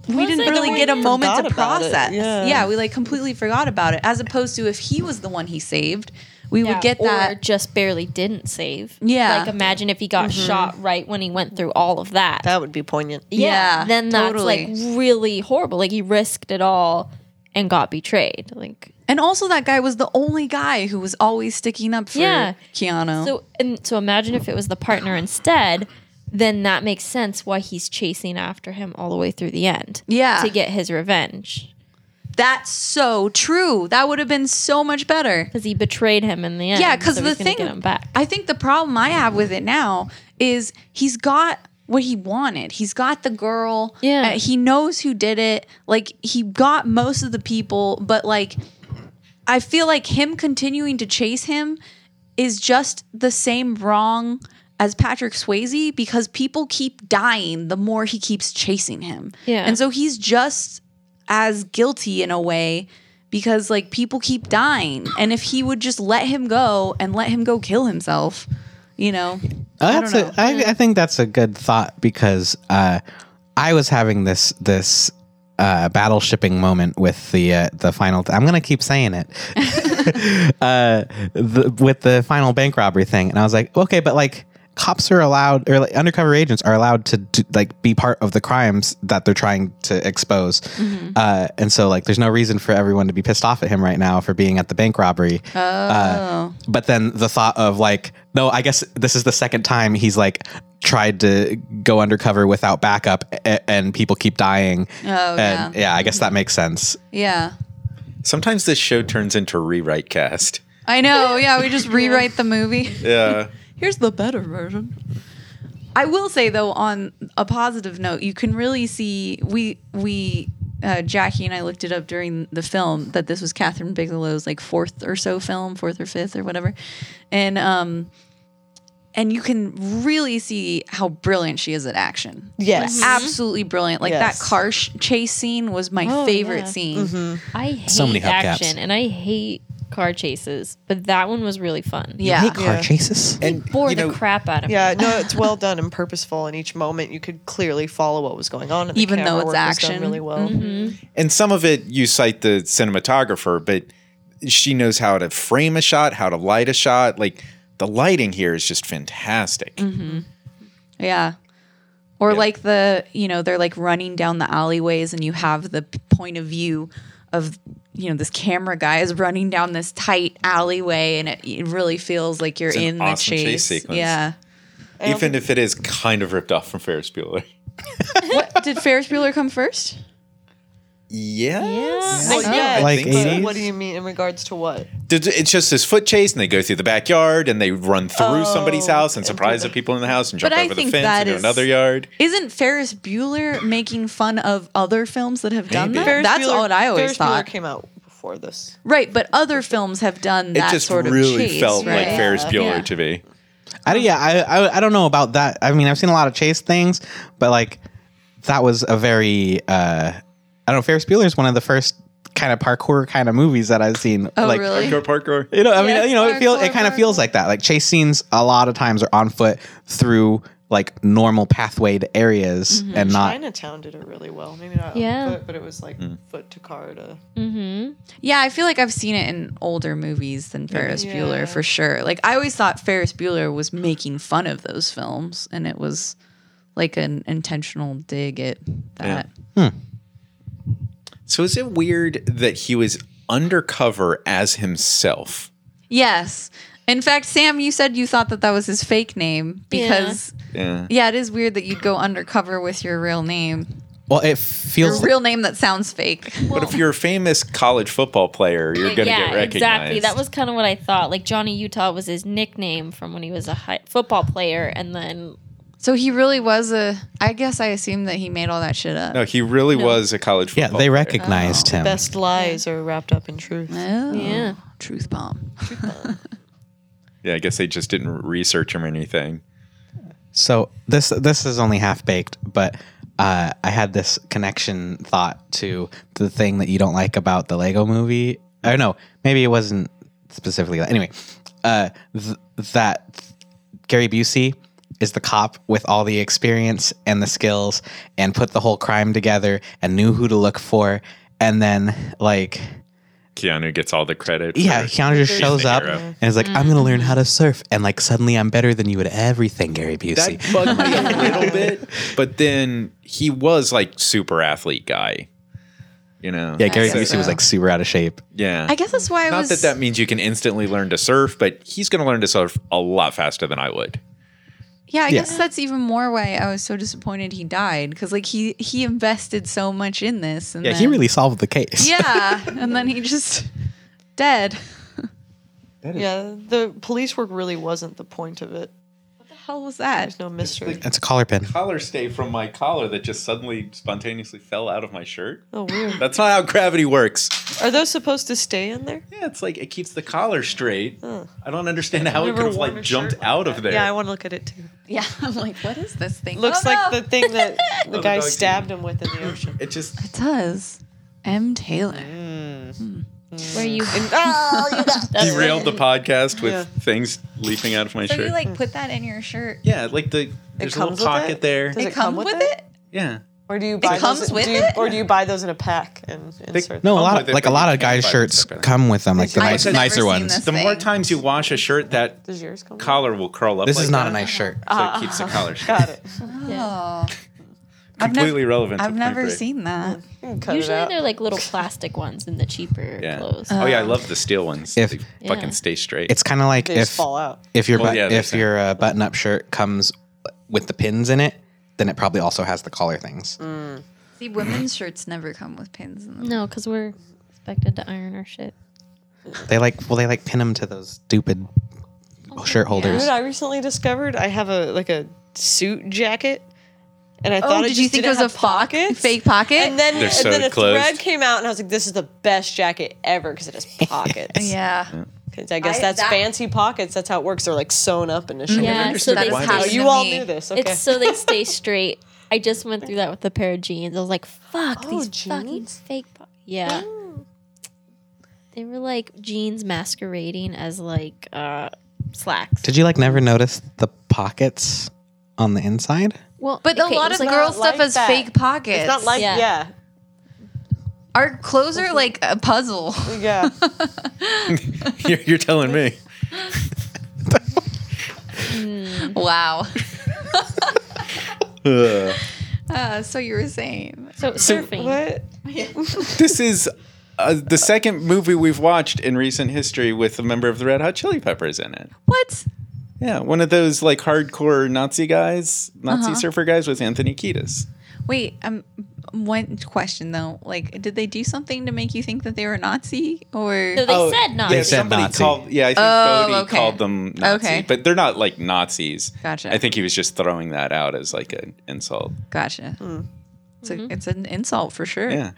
we didn't
like,
really
the
get a
way you
moment to
forgot about it.
process.
Yeah.
Yeah. we like completely forgot about it. As opposed to if he was the one he saved, we would get
or
that.
just barely didn't save.
Yeah. Mm-hmm.
like imagine if he got shot right when he went through all of that.
That would be poignant.
Yeah,
then that's
totally.
like really horrible. Like he risked it all and got betrayed. Like
And also, that guy was the only guy who was always sticking up for
Yeah.
Keanu.
so, and so imagine if it was the partner instead. Then that makes sense why he's chasing after him all the way through the end.
Yeah.
to get his revenge
That's so true. That would have been so much better.
because he betrayed him in the end.
Yeah, because
so
the
he's gonna
thing
get him back.
I think the problem I have with it now is he's got what he wanted. He's got the girl.
Yeah.
Uh, he knows who did it. Like he got most of the people, but like I feel like him continuing to chase him is just the same wrong as Patrick Swayze because people keep dying the more he keeps chasing him.
Yeah.
And so he's just as guilty in a way because like people keep dying and if he would just let him go and let him go kill himself, you know.
Uh, that's a, I, I think that's a good thought because uh, I was having this this uh, battleshipping moment with the uh, the final. I'm gonna keep saying it uh, the, with the final bank robbery thing, and I was like, okay, but like cops are allowed or like undercover agents are allowed to do, like be part of the crimes that they're trying to expose uh, and so like there's no reason for everyone to be pissed off at him right now for being at the bank robbery uh, but then the thought of like, no, I guess this is the second time he's like tried to go undercover without backup, a- and people keep dying.
Oh,
and yeah. I guess that makes sense.
Yeah.
Sometimes this show turns into rewrite cast.
I know. Yeah, we just rewrite the movie. (laughs)
Yeah.
Here's the better version. I will say though, on a positive note, you can really see we we uh, Jackie and I looked it up during the film that this was Catherine Bigelow's like fourth or so film, fourth or fifth or whatever, and um, and you can really see how brilliant she is at action.
Yes.
Absolutely brilliant. Like
Mm-hmm. Yes.
that car sh- chase scene was my favorite
yeah.
scene.
I hate
So many hubcaps.
action and I hate car chases, but that one was really fun.
Yeah.
Hey, car chases.
And
bore
you know,
the crap out of
Yeah,
me.
no, it's well done and purposeful. In each moment, you could clearly follow what was going on. And the
Even though
camera
it's
work was done
action. Mm-hmm.
really well.
and some of it you cite the cinematographer, but she knows how to frame a shot, how to light a shot. Like the lighting here is just fantastic.
Mm-hmm. Yeah. Or like the, you know, they're like running down the alleyways and you have the p- point of view of, you know, this camera guy is running down this tight alleyway and it, it really feels like you're
an
in the
awesome
chase.
chase sequence.
Yeah.
Even if it is kind of ripped off from Ferris Bueller.
What did Ferris Bueller come first?
Yeah.
Well, yeah,
Like
but
80s?
what do you mean in regards to what?
It's just this foot chase, and they go through the backyard, and they run through
Oh,
somebody's house and
and
surprise
through
the
the-
people in the house, and jump
But I
over the
think
fence
that
into
is-
another yard.
Isn't Ferris Bueller making fun of other films that have done
Maybe.
that?
Ferris
That's
Bueller-
all I always
Ferris
thought.
Bueller came out before this.
right, but other films have done
It
that
just
sort of
really
chase,
felt like
right?
Ferris Bueller
Yeah.
to me.
I, don't- yeah, I, I I don't know about that. I mean, I've seen a lot of chase things, but like that was a very uh, I don't know. Ferris Bueller is one of the first kind of parkour kind of movies that I've seen.
Oh,
like,
really?
Parkour, parkour.
You know, I mean,
Yes,
you know, it feels it
parkour,
kind of feels like that. Like chase scenes, a lot of times are on foot through like normal pathwayed areas
Mm-hmm.
and not.
Chinatown did it really well. Maybe not on
Yeah.
foot, but it was like foot to car to.
Yeah, I feel like I've seen it in older movies than Ferris Bueller for sure. Like I always thought Ferris Bueller was making fun of those films, and it was like an intentional dig at that.
So is it weird that he was undercover as himself?
Yes. In fact, Sam, you said you thought that that was his fake name because
Yeah.
yeah, it is weird that you'd go undercover with your real name,
Well, it
your
feels.
real name that sounds fake.
But if you're a famous college football player, you're going to get recognized.
exactly. That was kind of what I thought. Like Johnny Utah was his nickname from when he was a high, football player, and then
So he really was a. I guess I assume that he made all that shit up.
No, he really was a college
Yeah,
football.
they
player.
recognized him.
Best lies are wrapped up in truth.
Oh,
Yeah.
Truth bomb.
Yeah, I guess they just didn't research him or anything.
So this this is only half baked, but uh, I had this connection thought to the thing that you don't like about the Lego Movie. Or no, maybe it wasn't specifically that. Anyway, uh, th- that Gary Busey is the cop with all the experience and the skills, and put the whole crime together and knew who to look for, and then like.
Keanu gets all the credit.
Yeah,
for-
Keanu just shows
the
up
hero.
and is like, "I'm gonna learn how to surf," and like suddenly I'm better than you at everything, Gary Busey.
that bugged me a
(laughs)
little bit. But then he was like super athlete guy. You know.
Yeah, Gary
guess
Busey was
so.
like super out of shape.
Yeah.
I guess that's why I
Not
was.
that that means you can instantly learn to surf, but he's going to learn to surf a lot faster than I would.
yeah, I
Yeah.
guess that's even more why I was so disappointed he died because like he he invested so much in this. And
Yeah, he
then-
really solved the case.
(laughs) Yeah, and then he just dead.
Yeah, the police work really wasn't the point of it.
What the hell was that?
There's no mystery.
That's a collar pin.
Collar stay from my collar that just suddenly spontaneously fell out of my shirt.
Oh, weird.
That's not how gravity works.
Are those supposed to stay in there?
Yeah, it's like it keeps the collar straight.
Huh.
I don't understand how it
never
could have
worn
like
a
jumped
shirt like
out of there.
Hmm. Yeah, I want to look at it too.
Yeah, (laughs) I'm like, what is this thing?
Looks
Oh,
like
no!
the thing
(laughs)
that the
the
guy
dog
stabbed him with in the ocean.
it just
It does. M. Taylor.
Mm,
Where you
Oh,
derailed the podcast with
Yeah.
things leaping out of my
So
shirt.
you like put that in your shirt.
yeah, like the there's a little
comes with
pocket
it?
there.
Does
It,
it
come,
come
with
with
it?
Yeah.
Or do you buy
comes
those,
with
do you,
it?
Or do you buy those in a pack and insert?
No, a
Come
lot
with
of,
it,
like
but
a lot
you can't
of guys'
buy
shirts
them.
come with them, like the
I've
nice,
never
nicer
seen
ones.
this.
The more
thing.
times you wash a shirt, that
Does yours come? with it?
collar will curl up.
This
like
is not
that,
a nice shirt.
So it keeps the collar straight.
Ah, Got
(laughs)
it. (laughs)
Oh, I've never-
Completely relevant. to
I've never
print break.
seen that.
You can Cut
usually
it out.
they're like little plastic ones in the cheaper
Yeah.
clothes.
oh yeah, I love the steel ones.
If-
they
Yeah.
fucking stay straight.
It's kind of like
They
if
just fall out.
if your
Well,
but,
yeah, they're
if
same.
your uh, button-up shirt comes with the pins in it, then it probably also has the collar things.
See, women's shirts never come with pins in them.
No, because we're expected to iron our shit.
They like well, they like pin them to those stupid shirt
You know
holders.
what I recently discovered? I have a like a suit jacket, and I thought
Oh, did
it
you
just
think
didn't
it was a
have
fock-
pockets.
fake pocket?
And then,
They're
and
so
then a
closed.
thread came out, and I was like, "This is the best jacket ever because it has pockets."
Yeah.
'Cause I guess
I-
that's
that-
fancy pockets. That's how it works. They're like sewn up in a shirt.
Yeah, so
understood
they
why
stay-
they-
Oh,
happened
you
to
all
me.
knew this. Okay.
It's so they stay straight. I just went through that with a pair of jeans. I was like, fuck these fucking
jeans?
fake. Po-. Yeah. They were like jeans masquerading as like uh slacks.
Did you like never notice the pockets on the inside?
well,
But
okay,
a
it
lot
was
of
like-
girl
not
stuff
like
is
that.
fake pockets.
it's not like
Yeah.
yeah,
our clothes are like a puzzle.
yeah.
(laughs)
you're, you're telling me.
(laughs) wow. (laughs) Uh, so you were saying
so surfing.
what?
this is uh, the second movie we've watched in recent history with a member of the Red Hot Chili Peppers in it.
what?
Yeah, one of those like hardcore Nazi guys, Nazi
Uh-huh.
surfer guys, was Anthony Kiedis.
Wait, um, one question though. Like, did they do something to make you think that they were Nazi or?
No, they
Oh,
said not.
Yeah,
said
somebody
Nazi.
called. Yeah, I think
Oh,
Bodie
okay.
called them Nazi,
Okay.
but they're not like Nazis.
Gotcha.
I think he was just throwing that out as like an insult.
Gotcha. It's, a, it's an insult for sure. (laughs)
Yeah,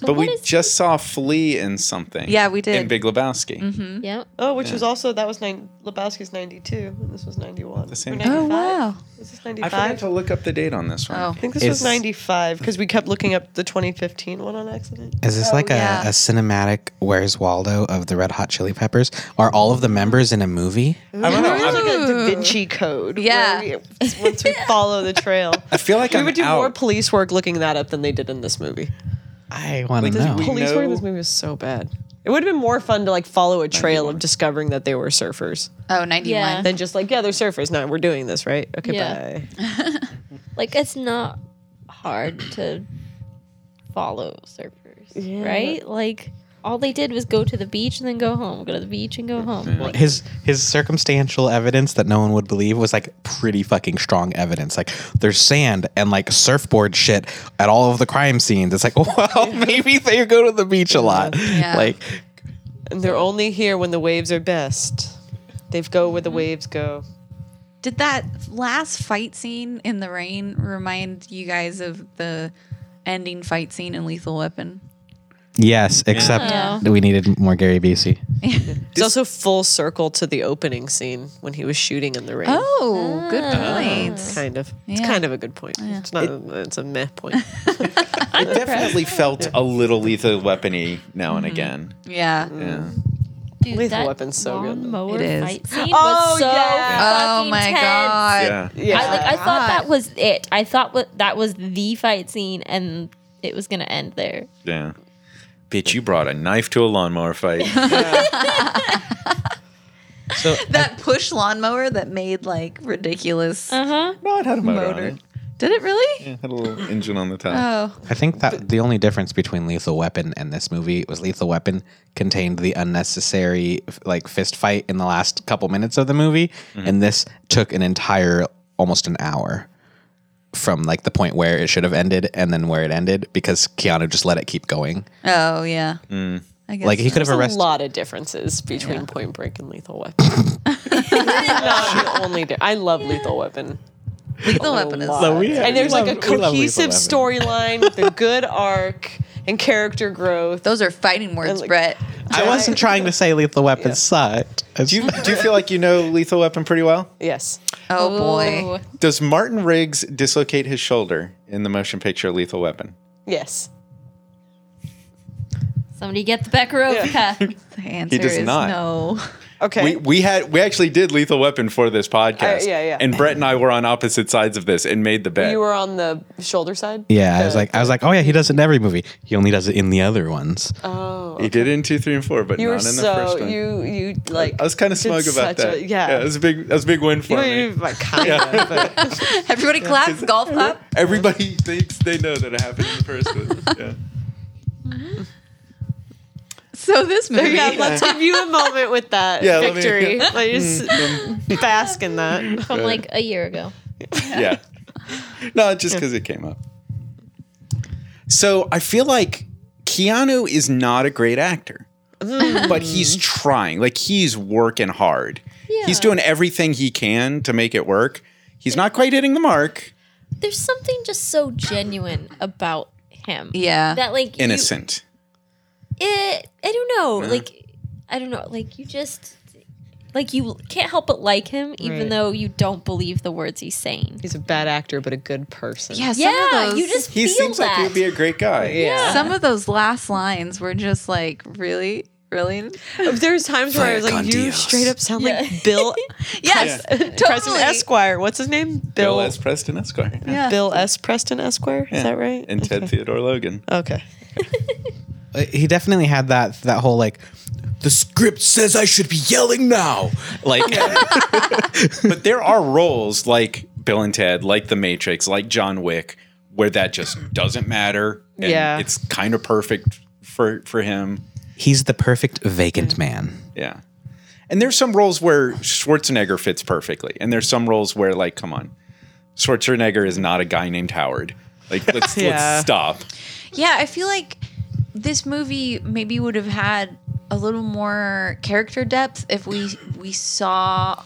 but we
what is-
just saw Flea in something.
Yeah, we did. Mm-hmm.
in Big Lebowski.
Yep.
Oh, which was also that was nine, Lebowski's ninety two, and this was ninety one. The
same thing.
Oh wow.
Was this
I
ninety
forgot
five?
to look up the date on this one.
Oh.
I think this
Is-
was ninety five because we kept looking up the twenty fifteen one on accident.
Is this like a,
Oh, yeah.
a cinematic Where's Waldo of the Red Hot Chili Peppers? Are all
Mm-hmm.
of the members in a movie?
I don't know.
It's
I'm-
like a Da Vinci Code.
Yeah.
where we- once we follow the trail,
I feel like
we
I'm
would do
out.
more police work looking that up than they did in this movie.
I want to
Like, does
know.
we-
Police work in this
know-
movie was so bad. It would have been more fun to like follow a trail of discovering that they were surfers
Oh, 91.
Yeah.
than just like yeah they're surfers. No, we're doing this right. Okay,
Yeah.
bye.
Like it's not hard to follow surfers, right? Like all they did was go to the beach and then go home. Go to the beach and go home. Like,
his his circumstantial evidence that no one would believe was like pretty fucking strong evidence. Like there's sand and like surfboard shit at all of the crime scenes. It's like, (laughs)
(laughs)
well, maybe they go to the beach a lot.
Yeah.
Like
And they're only here when the waves are best. They go where the waves go.
Did that last fight scene in the rain remind you guys of the ending fight scene in Lethal Weapon?
Yes, except
Yeah.
that we needed more Gary Busey.
It's also full circle to the opening scene when he was shooting in the rain.
Oh, good point.
Kind of. It's
Yeah.
kind of a good point. It's not. it's a meh point.
It (laughs)
(laughs)
definitely felt a little lethal weapony now
Mm-hmm.
and again.
Yeah.
Yeah.
Dude,
Lethal Weapon's so good, though.
lawnmower
It is.
fight scene
Oh,
was so
yeah.
Oh
fucking
my
tense.
god.
Yeah.
yeah.
I like. I thought that was it. I thought what that was the fight scene, and it was gonna end there.
Yeah. Bitch, you brought a knife to a lawnmower
(laughs)
fight.
So
That push lawnmower that made like ridiculous.
Uh huh.
no, it had a motor, on
Motor.
it.
Did it really?
Yeah, it had a little engine on the top.
Oh,
I think that the only difference between Lethal Weapon and this movie was Lethal Weapon contained the unnecessary f- like fist fight in the last couple minutes of the movie, and this took an entire almost an hour from like the point where it should have ended and then where it ended because Keanu just let it keep going.
oh yeah. I guess.
Like he could have
There's a
arrested.
lot of differences between Point Break and Lethal Weapon. (laughs) Not the only di- I love Lethal Weapon.
Lethal Weapon is.
lot.
we-
and there's
we
like a
love- we love Lethal
cohesive storyline with a good arc and character growth.
Those are fighting words,
like-
Brett.
I wasn't trying to say Lethal Weapon sucked.
Do you do you feel like you know Lethal Weapon pretty well?
Yes.
Oh boy.
Ooh.
Does Martin Riggs dislocate his shoulder in the motion picture Lethal Weapon?
Yes.
Somebody get the Bekarovka.
The answer
does
is
not.
no.
Okay.
We we had we actually did Lethal Weapon for this podcast.
Uh, yeah, yeah.
And Brett and I were on opposite sides of this and made the bet.
you were on the shoulder side?
Yeah, I
The-
was like, I was like, oh yeah, he does it in every movie. He only does it in the other ones.
Oh.
He did it in two, three, and four, but
You
not
were
in the
so
first one.
you you like
I was kind of
did
smug about
such
that.
a- yeah.
it was a big that was a big win for me.
yeah.
Everybody clap. Golf clap.
Everybody (laughs) thinks they know that it happened in the first one. Yeah.
So this movie.
let's give you a moment with that
Yeah, let me-
victory. Let me, just bask in that. (laughs)
From like a year ago.
yeah. No, just because it came up. So I feel like Keanu is not a great actor, but he's trying. Like he's working hard. He's
Yeah.
doing everything he can to make it work. He's not quite hitting the mark.
There's something just so genuine about him.
yeah.
That like you-
Innocent.
it, I don't know. Like I don't know. Like you just like you can't help but like him, even
Right.
though you don't believe the words he's saying.
He's a bad actor, but a good person.
yeah. Some
yeah,
of those,
you just
He
feel
seems
that.
like he'd be a great guy.
Yeah.
Some of those last lines were just like really, really.
There's times where I was like, you straight up sound like Bill
Yes.
Preston
Totally.
Esquire. What's his name?
Bill,
Bill Bill
S.
S.
Preston Esquire. Yeah.
Preston Esquire. Is that right?
And Ted Theodore Logan.
Okay.
Uh, he definitely had that that whole like the script says I should be yelling now. Like
but there are roles like Bill and Ted, like The Matrix, like John Wick, where that just doesn't matter. And
Yeah.
it's kind of perfect for for him.
(laughs) he's the perfect vacant man.
Yeah, and there's some roles where Schwarzenegger fits perfectly, and there's some roles where like, come on, Schwarzenegger is not a guy named Howard.
(laughs)
Like, let's
Yeah.
let's stop.
Yeah, I feel like this movie maybe would have had a little more character depth if we we saw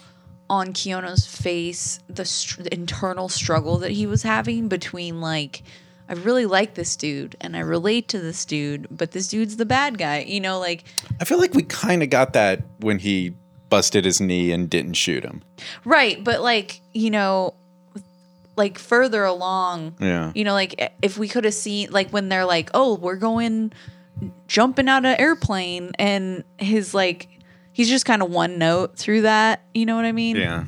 on Keanu's face the, str- the internal struggle that he was having between like I really like this dude and I relate to this dude, but this dude's the bad guy. You know, like
I feel like we kind of got that when he busted his knee and didn't shoot him.
right, but like, you know, like further along
Yeah.
You know, like if we could have seen, like when they're like, "Oh, we're going jumping out of airplane," and his like, he's just kind of one note through that. You know what I mean?
Yeah.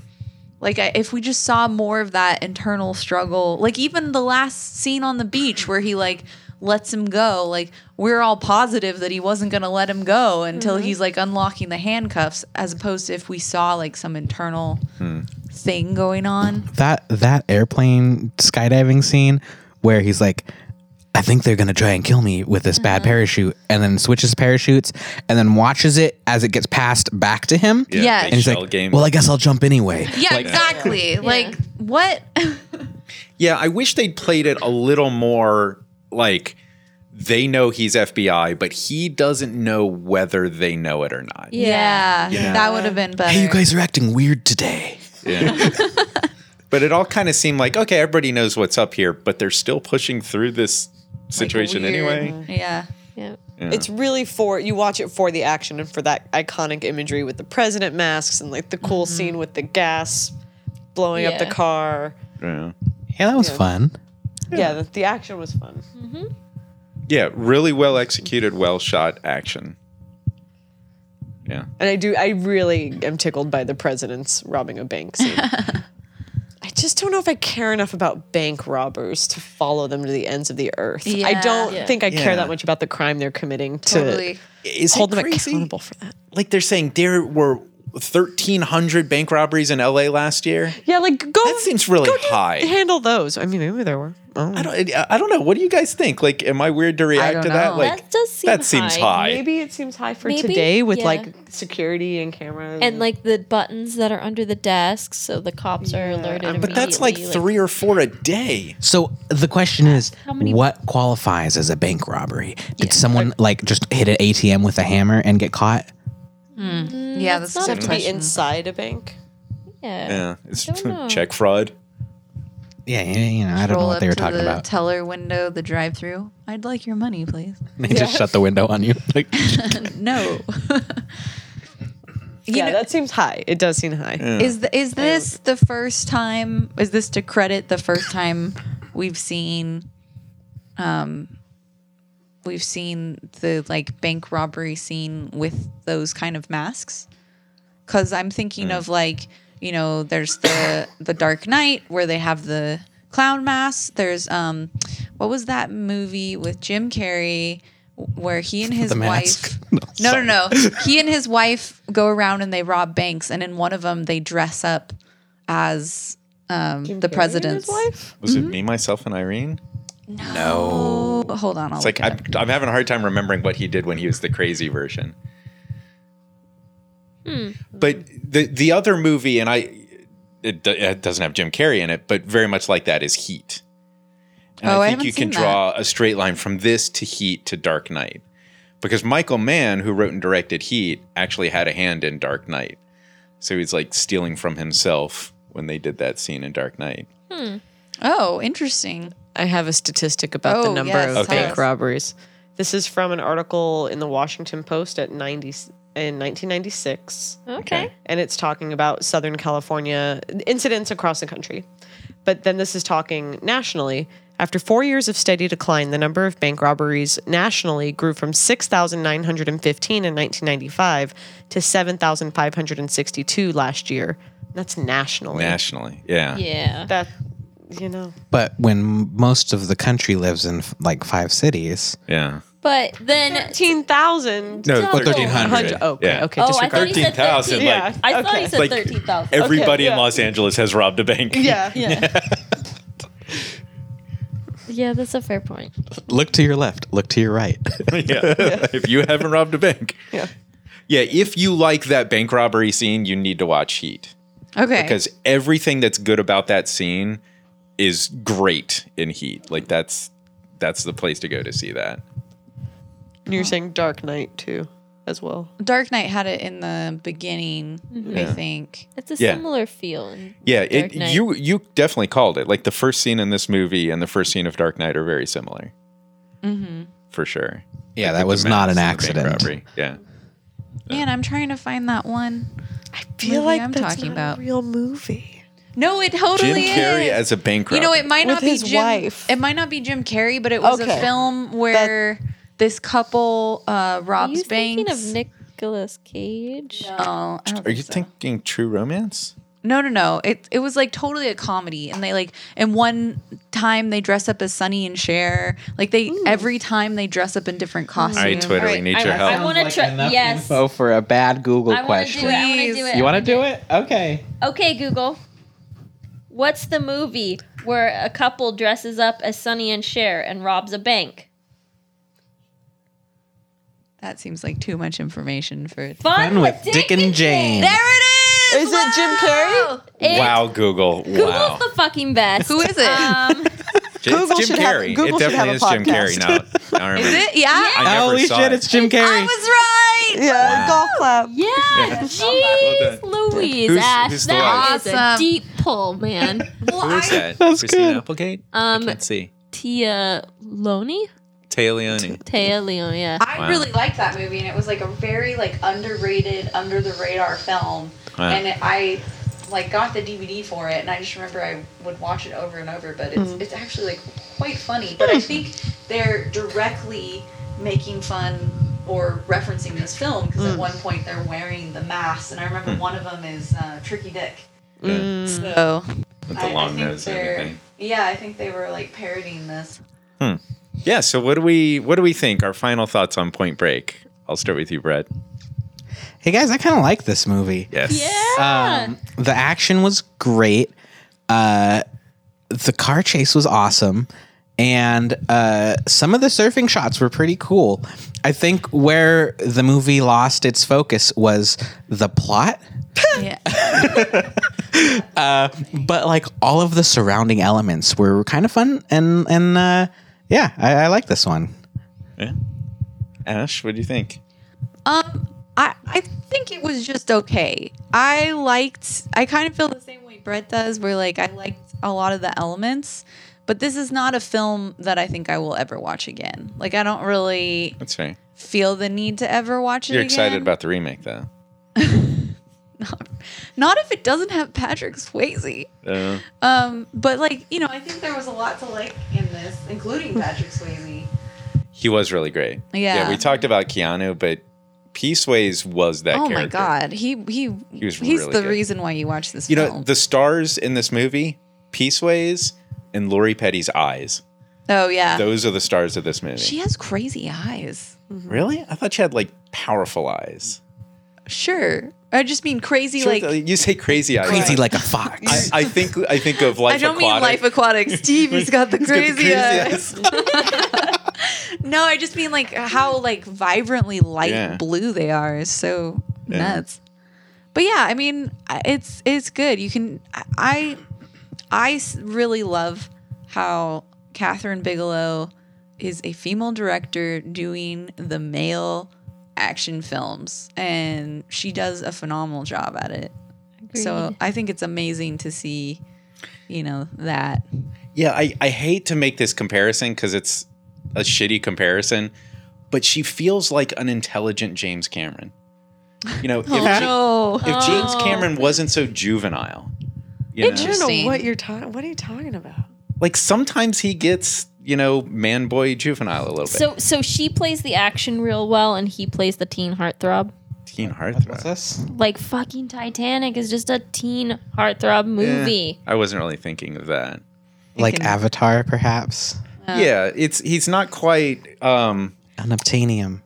Like I, if we just saw more of that internal struggle, like even the last scene on the beach where he like lets him go, like we're all positive that he wasn't going to let him go until he's like unlocking the handcuffs, as opposed to if we saw like some internal
Hmm.
thing going on.
That that airplane skydiving scene where he's like I think they're gonna try and kill me with this
Mm-hmm.
bad parachute, and then switches parachutes, and then watches it as it gets passed back to him.
Yeah.
big
and he's
shell
like,
game.
"Well, I guess I'll jump
(laughs)
anyway."
Yeah, exactly. Like what?
Yeah, I wish they'd played it a little more like they know he's FBI, but he doesn't know whether they know it or not.
Yeah,
Yeah.
that would have been better.
(laughs)
Hey, you guys are acting weird today.
Yeah. But it all kind of seemed like okay, everybody knows what's up here, but they're still pushing through this situation
Weird.
anyway.
Yeah.
Yeah.
Yeah.
It's really for you watch it for the action and for that iconic imagery with the president masks and like the cool scene with the gas blowing up the
Yeah.
car.
yeah.
Yeah, that was
Yeah.
fun.
Yeah, the, the action was fun.
Yeah, really well executed, well shot action. Yeah.
And I do I really am tickled by the president's robbing a bank scene.
(laughs)
I just don't know if I care enough about bank robbers to follow them to the ends of the earth. I
Yeah.
don't
Yeah.
think I care
Yeah.
that much about the crime they're committing to
Totally.
Is
hold them accountable for that.
Like they're saying there were 1300 bank robberies in LA last year.
Yeah, like go
That seems really
go do-
high.
Handle those. I mean, maybe there were.
I don't I don't know. What do you guys think? Like am I weird to react
don't
to that?
know.
Like
That does seem
that seems
high.
high.
Maybe it seems high for
Maybe,
today with
yeah.
like security and cameras.
and like the buttons that are under the desks, so the cops are alerted.
But that's like
immediately,
three or four a day.
So the question is,
many-
what qualifies as a bank robbery? Did someone like just hit an ATM with a hammer and get caught?
Yeah, Mm, that's
not
a
have
good
to be
question.
inside a bank.
yeah.
Yeah. It's (laughs)
Don't know.
check fraud.
Yeah, you, you know, I don't know
Roll
what
up
they were
to
talking
the
about.
Teller window, the drive-through. I'd like your money, please.
(laughs) they just shut the window on you. (laughs) Like,
no. you
yeah,
know,
that seems high. It does seem high.
is th- is this the first time? Is this to credit the first time we've seen, um, we've seen the like bank robbery scene with those kind of masks? Because I'm thinking
Mm.
of like you know, there's the the Dark Knight where they have the clown masks. There's um, what was that movie with Jim Carrey? Where he and his
The Mask?
wife,
(laughs)
no, no, no,
(laughs)
he and his wife go around and they rob banks, and in one of them they dress up as um, the president's
wife.
Was
Mm-hmm.
it me, myself, and Irene?
No, Oh, hold on, I'll
It's
look
like
it
I'm,
up.
I'm having a hard time remembering what he did when he was the crazy version. But the the other movie, and I it, do- it doesn't have Jim Carrey in it, but very much like that is Heat. And
Oh, I
I think
haven't
you can
seen that.
draw a straight line from this to Heat to Dark Knight, because Michael Mann, who wrote and directed Heat, actually had a hand in Dark Knight, so he's like stealing from himself when they did that scene in Dark Knight.
Oh, interesting.
I have a statistic about the
Oh,
number
yes,
of
Okay.
bank
yes.
robberies. This is from an article in the Washington Post at 90 in 1996.
Oh.
Okay.
and it's talking about Southern California incidents across the country. But then this is talking nationally. After four years of steady decline, the number of bank robberies nationally grew from 6,915 in 1995 to 7,562 last year. That's nationally.
Nationally, yeah,
Yeah.
That, you know.
but when most of the country lives in like five cities,
yeah.
But then
13,000.
No,
Double.
thirteen hundred.
Hundred- Okay, okay.
Oh, I
disregard.
thought he said
13,000,
13,000.
like-
Yeah,
I thought
okay.
he said
Like,
13,000.
Everybody
yeah.
in Los Angeles has robbed a bank.
(laughs) yeah.
Yeah. yeah, that's a fair point.
look to your left, look to your right.
(laughs)
(laughs)
yeah. If you haven't robbed a bank.
Yeah.
Yeah, if you like that bank robbery scene, you need to watch Heat
Okay,
because everything that's good about that scene is great in Heat. Like that's that's the place to go to see that.
You're saying Dark Knight, too, as well.
Dark Knight had it in the beginning,
Mm-hmm.
I think.
It's a
Yeah.
similar feel. in
Yeah,
Dark
it,
Knight.
you you definitely called it. Like the first scene in this movie and the first scene of Dark Knight are very similar. Mm-hmm. For sure.
yeah, that was
The
not an
mask and the bank robbery.
accident.
Yeah.
Man, I'm trying to find that one.
I feel
Movie
like
I'm
that's
talking
not
about.
a real movie.
No, it
Jim
totally
Carrey
is.
as a bank robber.
you know, it might
With
not be
his
Jim.
wife.
It might not be Jim Carrey, but it was
Okay.
a film where this couple uh,
Are
robs
you thinking
banks.
of Nicolas Cage?
oh, I don't
Are you
think so.
thinking True Romance?
No, no, no. It it was like totally a comedy, and they like and one time they dress up as Sunny and Cher. Like they every time they dress up in different costumes.
All right, Twitter, we need
I,
your help.
I want to try. Yes.
Info for a bad Google
I want to do it. I want to do it.
You want to do it? Okay.
Okay, Google. What's the movie where a couple dresses up as Sonny and Cher and robs a bank?
That seems like too much information for.
Fun,
Fun with Dick and Jane.
There it is.
Is it Jim Carrey?
It-
wow, Google.
Google's
wow.
the fucking best.
Who is it?
Um,
Google
it's Jim
should have-
Carrey.
Google
it
should have
definitely
a
is Jim Carrey now. I remember.
Is it? Yeah.
I never
Holy
saw
shit,
it.
it's Jim
I
Carey.
was right.
(laughs) Yeah, golf clap.
(laughs) Yeah,
Well
jeez, Louise,
Who's-
Ash,
who's the
that
one?
is a
Awesome.
deep pull, man. (laughs)
Well,
Who is
I-
that?
That's
Christina
good.
Applegate? I
Um,
can't see.
Tia Loney,
Taylor Leone.
Tia Leone, yeah.
I
Wow.
really liked that movie, and it was like a very like underrated, under the radar film.
Wow.
And it, I like got the DVD for it, and I just remember I would watch it over and over. But
Mm-hmm.
it's it's actually like quite funny.
Hmm.
But I think they're directly making fun or referencing this film because
Mm.
at one point they're wearing the masks, and I remember
Hmm.
one of them is uh, Tricky Dick.
Yeah.
Oh,
So
With
mm, I-
the
I
long
think
nose and
they're-
everything.
Yeah, I think they were like parodying this.
Yeah. So what do we what do we think? Our final thoughts on Point Break. I'll start with you, Brett.
Hey guys, I kind of like this movie.
Yes.
Yeah.
Um, the action was great. Uh, the car chase was awesome, and uh, some of the surfing shots were pretty cool. I think where the movie lost its focus was the plot,
(laughs)
(laughs) Uh,
Yeah.
but like all of the surrounding elements were kind of fun, and and uh, yeah, I, I like this one.
Yeah. Ash, what do you think?
Um, I I think it was just okay. I liked. I kind of feel the same way Brett does, where like I liked a lot of the elements, but this is not a film that I think I will ever watch again. Like I don't really
That's right.
feel the need to ever watch it.
You're
again.
excited about the remake though.
Not if it doesn't have Patrick Swayze.
Uh,
Um, but like you know, I think there was a lot to like in this, including Patrick Swayze.
he was really great.
Yeah.
we talked about Keanu, but Peaceways was that
oh
character.
my God, he he,
He was
he's
really
the
good.
reason why you watch this.
You know,
film.
the stars in this movie, Peaceways and Lori Petty's eyes.
oh yeah,
Those are the stars of this movie.
she has crazy eyes.
really? I thought she had like powerful eyes.
Sure. I just mean crazy,
Sure,
like.
you say crazy eyes.
Crazy like a fox.
I, I think I think of life.
I don't mean
Aquatic.
life aquatic.
(laughs)
Stevie's got the
Got the
crazy uh, eyes.
eyes.
No, I just mean like how like vibrantly light
Yeah.
blue they are. It's so
Yeah.
nuts. But yeah, I mean, I- it's it's good. You can I I s- really love how Catherine Bigelow is a female director doing the male action films, and she does a phenomenal job at it. So I think it's amazing to see, you know, that.
Yeah, I, I hate to make this comparison because it's a shitty comparison, but she feels like an intelligent James Cameron. You
(laughs)
know, if,
Oh, No. Oh.
if James Cameron wasn't so juvenile, you know,
I don't know
Interesting.
what you're talking. What are you talking about?
like sometimes he gets you know man boy juvenile a little bit.
So, so she plays the action real well, and he plays the teen heartthrob.
Teen heartthrob.
(laughs) What's this?
Like fucking Titanic is just a teen heartthrob movie.
I wasn't really thinking of that.
Like
can-
Avatar, perhaps.
Uh.
yeah, it's he's not quite. um
Unobtainium.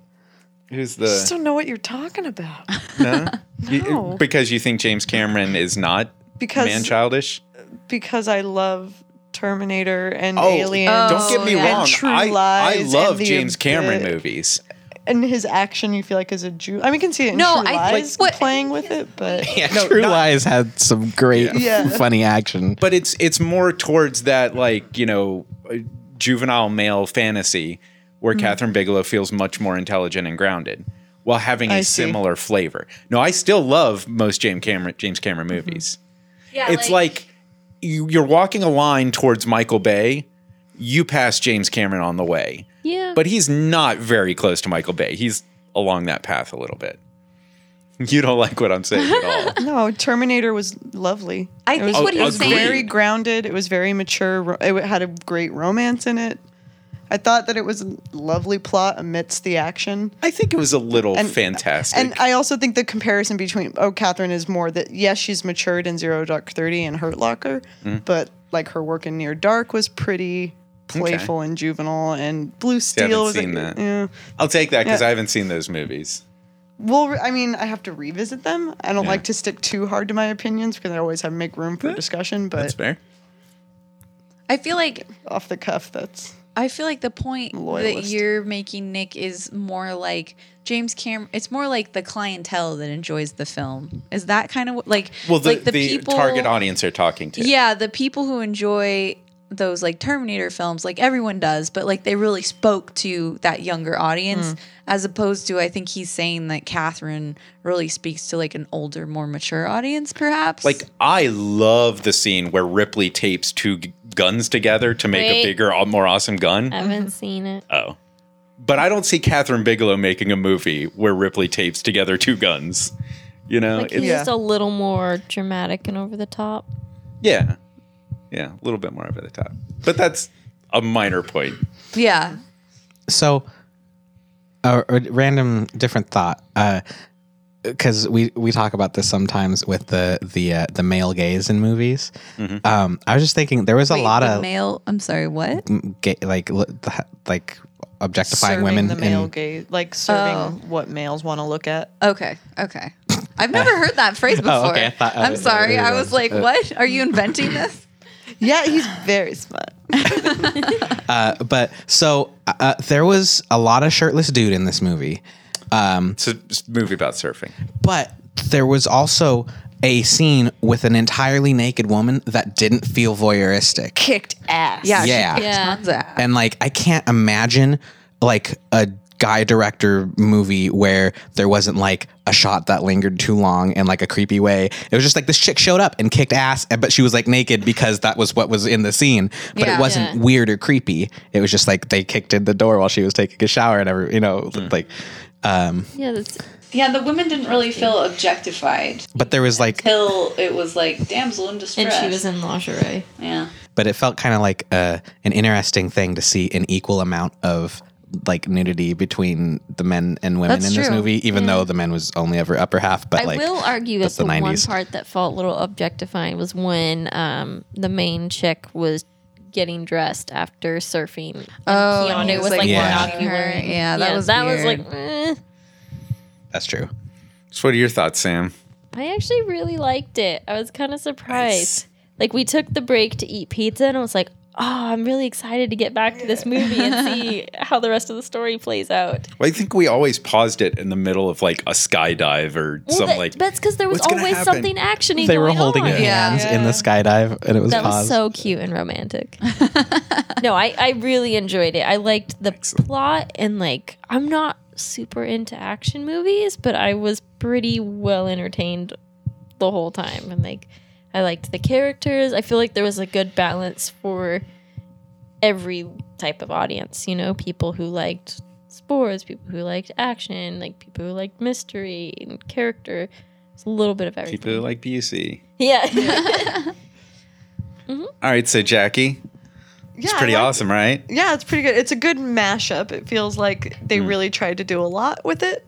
Who's
I just
the
don't know what you're talking about.
no?
(laughs)
You-
No.
because you think James Cameron is not
Because
man childish.
because I love Terminator and
Oh,
Alien.
Don't get me
yeah.
wrong.
And True
I, I
Lies and
love
the-
James Cameron
the-
movies.
And his action, you feel like is a Jew. I mean, you can see it in
No,
True
I think
Lies
what-
playing with it,
(laughs)
but
Yeah, True
not-
Lies had some great,
Yeah.
(laughs) funny action.
But it's it's more towards that like, you know, uh, juvenile male fantasy where
Mm-hmm.
Catherine Bigelow feels much more intelligent and grounded while having a
I see.
similar flavor. No, I still love most James Cameron James Cameron
Mm-hmm.
movies.
Yeah,
It's like, you, you're walking a line towards Michael Bay. You pass James Cameron on the way,
Yeah,
but he's not very close to Michael Bay. He's along that path a little bit. You don't like what I'm saying at all.
no, Terminator was lovely.
I
It
think
was
what he was
Agreed.
saying
very grounded. It was very mature. ro- It had a great romance in it. I thought that it was a lovely plot amidst the action.
(laughs) I think it was a little
And-
fantastic.
And I also think the comparison between oh, Catherine is more that yes, she's matured in Zero Dark Thirty and Hurt Locker,
Mm-hmm.
but like her work in Near Dark was pretty playful and juvenile, and Blue
I haven't
Steel was
seen
like,
that.
yeah.
I'll take that because
Yeah.
I haven't seen those movies.
Well, I mean, I have to revisit them. I don't
Yeah.
like to stick too hard to my opinions because I always have make room for discussion. But
That's fair.
I feel like
off the cuff, that's
I feel like the point that
Loyalist.
you're making, Nick, is more like James Cameron. It's more like the clientele that enjoys the film. Is that kind of what- like
Well, the,
like
the, target audience are talking to.
Yeah, the people who enjoy those like Terminator films, like everyone does, but like they really spoke to that younger audience
Hmm.
as opposed to I think he's saying that Catherine really speaks to like an older, more mature audience, perhaps.
Like I love the scene where Ripley tapes two g- guns together to make
Wait.
a bigger, aw- more awesome gun.
I haven't seen it.
Oh, but I don't see Catherine Bigelow making a movie where Ripley tapes together two guns. You know,
Like he's
It's-
just a little more dramatic and over the top.
yeah, yeah, a little bit more over the top, but that's a minor point.
yeah.
so a, a random different thought because we we talk about this sometimes with the the uh, the male gaze in movies um i was just thinking there was a
Wait,
lot
the
of
male I'm sorry, what?
m- gay, like li- the- like objectifying
serving
women
the male
and
gaze, like serving
Oh.
what males want to look at.
Okay. Okay. I've never heard
(laughs)
that phrase before.
Oh, okay, I thought- I
I'm
was-
sorry.
I
I
was-
was like,
uh,
what? Are you
(laughs)
inventing this?
Yeah, he's very smart.
uh, but so uh, uh, there was a lot of shirtless dude in this movie
It's a s- movie about surfing.
but there was also a scene with an entirely naked woman that didn't feel voyeuristic
Kicked ass.
Yeah. she
Yeah.
kicked
Yeah.
Hans' ass.
and like I can't imagine like a guy director movie where there wasn't like a shot that lingered too long in like a creepy way. It was just like this chick showed up and kicked ass, and- but she was like naked because that was what was in the scene. But
Yeah.
it wasn't
Yeah.
weird or creepy. It was just like they kicked in the door while she was taking a shower and every you know like. Um,
Yeah, that's
Yeah, the women didn't really feel objectified
but there was like,
till it was like damsel in distress.
and she was in lingerie.
yeah.
but it felt kind of like uh, an interesting thing to see an equal amount of like nudity between the men and women
That's
in this
true.
movie, even though the men was only ever upper half. But
I
like,
will argue
that's
that
the
the, one
90s.
part that felt a little objectifying was when um, the main chick was getting dressed after surfing. And
Oh,
Keanu
and he was,
was
like,
like,
Yeah.
watching
her.
her.
Yeah, that was
that was
weird.
like. eh.
That's true.
So, what are your thoughts, Sam?
I actually really liked it. I was kind of surprised. Like we took the break to eat pizza, and I was like, "Oh, I'm really excited to get back to this movie and see how the rest of the story plays out."
Well, I think we always paused it in the middle of like a skydive or
Well,
something
that-
like.
that's because there was
what's gonna
always
happen?
something actiony.
They were
going
holding
on.
hands in the skydive, and it was
That was
paused.
so cute and romantic. (laughs) no, I, I really enjoyed it. I liked the plot and like I'm not super into action movies, but I was pretty well entertained the whole time. And like I liked the characters. I feel like there was a good balance for every type of audience, you know, people who liked sports, people who liked action, like people who liked mystery and character. It's a little bit of everything.
People like Busey.
yeah.
All right, so Jackie,
Yeah,
it's
I
pretty
like-
awesome, right?
Yeah, it's pretty good. It's a good mashup. It feels like they really tried to do a lot with it,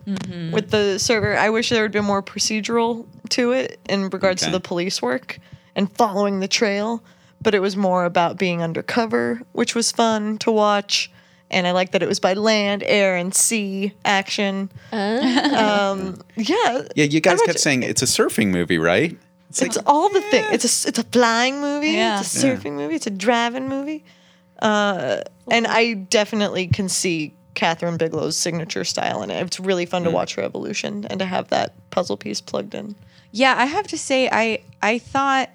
with the server. I wish there had been more procedural to it in regards
Okay.
to the police work and following the trail, but it was more about being undercover, which was fun to watch. And I like that it was by land, air, and sea action. Um, yeah,
Yeah, you guys
much-
kept saying it's a surfing movie, right? It's like
it's all the thing. It's a it's a flying movie. It's a
Yeah. Yeah.
surfing movie. It's a driving movie. Uh, and I definitely can see Catherine Bigelow's signature style in it. It's really fun to
Mm.
watch her evolution and to have that puzzle piece plugged in.
Yeah, I have to say, I I thought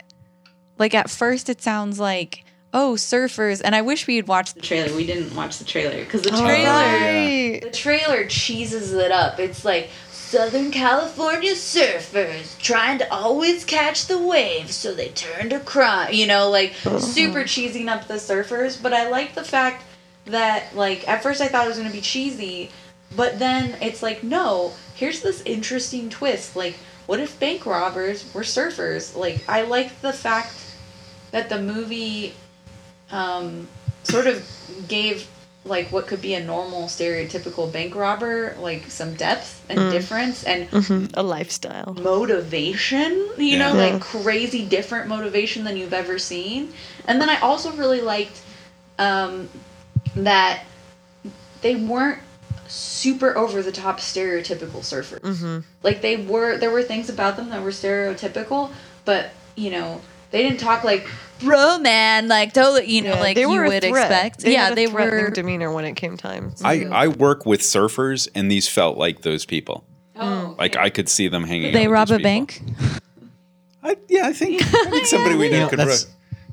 like at first it sounds like oh surfers, and I wish we had watched the
The trailer. We didn't watch the trailer because the
Oh,
trailer.
yeah.
The trailer cheeses it up. It's like Southern California surfers trying to always catch the waves, so they turn to crime. You know, like
Oh,
super cheesing up the surfers. But I like the fact that, like, at first I thought it was going to be cheesy, but then it's like, no, here's this interesting twist. Like, what if bank robbers were surfers? Like, I like the fact that the movie um, sort of gave like what could be a normal stereotypical bank robber like some depth and difference and
Mm. Mm-hmm. A lifestyle.
motivation you know
Yeah.
like crazy different motivation than you've ever seen and then i also really liked um, that they weren't super over the top stereotypical surfers
Mm-hmm.
like they were there were things about them that were stereotypical but you know they didn't talk like
bro man, like totally, you know, like you
a threat.
would expect.
They
yeah,
had a
they
threatening
were.
demeanor when it came time.
I, I work with surfers, and these felt like those people.
oh
Like I could see them hanging. out
They
with
rob
these
a
people.
bank.
I, yeah, I think, I think somebody we know
You know,
could.
that's
ro-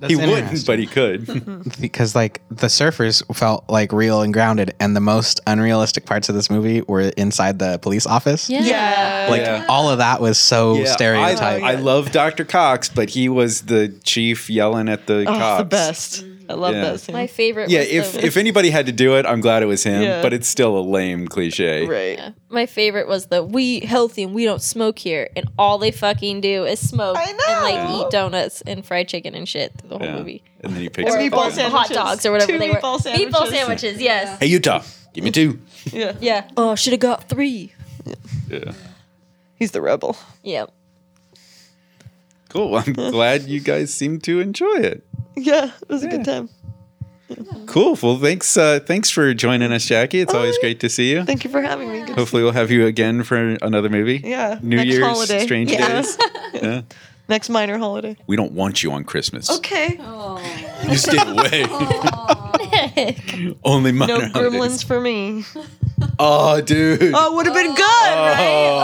he wouldn't, but he (laughs) could.
because like the surfers felt like real and grounded, and the most unrealistic parts of this movie were inside the police office.
(laughs) Yeah.
Yeah.
Like all of that was so
Yeah, I-
stereotyped.
I, love Dr. Cox, but he was the chief yelling at the
Oh,
cops.
the best. I love
Yeah.
that scene.
My favorite.
Yeah,
was
if
the,
if anybody had to do it, I'm glad it was him.
Yeah.
But it's still a lame cliche.
right.
my favorite was the we healthy and we don't smoke here, and all they fucking do is smoke
I know.
and like eat donuts and fried chicken and shit through the whole
Yeah.
movie.
And then he picks
Or
up
meatball
on-
sandwich.
Hot
Sandwiches.
dogs or whatever
Two
they were.
meatball
Meatball
sandwiches.
sandwiches, yes.
Hey Utah, give me two.
Yeah.
Yeah. Oh, should have got three.
Yeah.
He's the rebel. (laughs)
Yeah.
Cool. I'm glad you guys seem to enjoy it.
Yeah, it was a good time.
Cool. Well, thanks. Uh, thanks for joining us, Jackie. It's
Oh,
always great to see you.
Thank you for having me. Good-
Hopefully, we'll have you again for another movie.
Yeah,
New
next
Year's,
holiday.
Strange
Yeah. (laughs)
Days. Yeah.
Next minor holiday.
We don't want you on Christmas.
Okay.
You stay away.
(laughs)
Only minor
No
holidays.
gremlins for me.
Oh, dude.
Oh, would have (laughs) been good,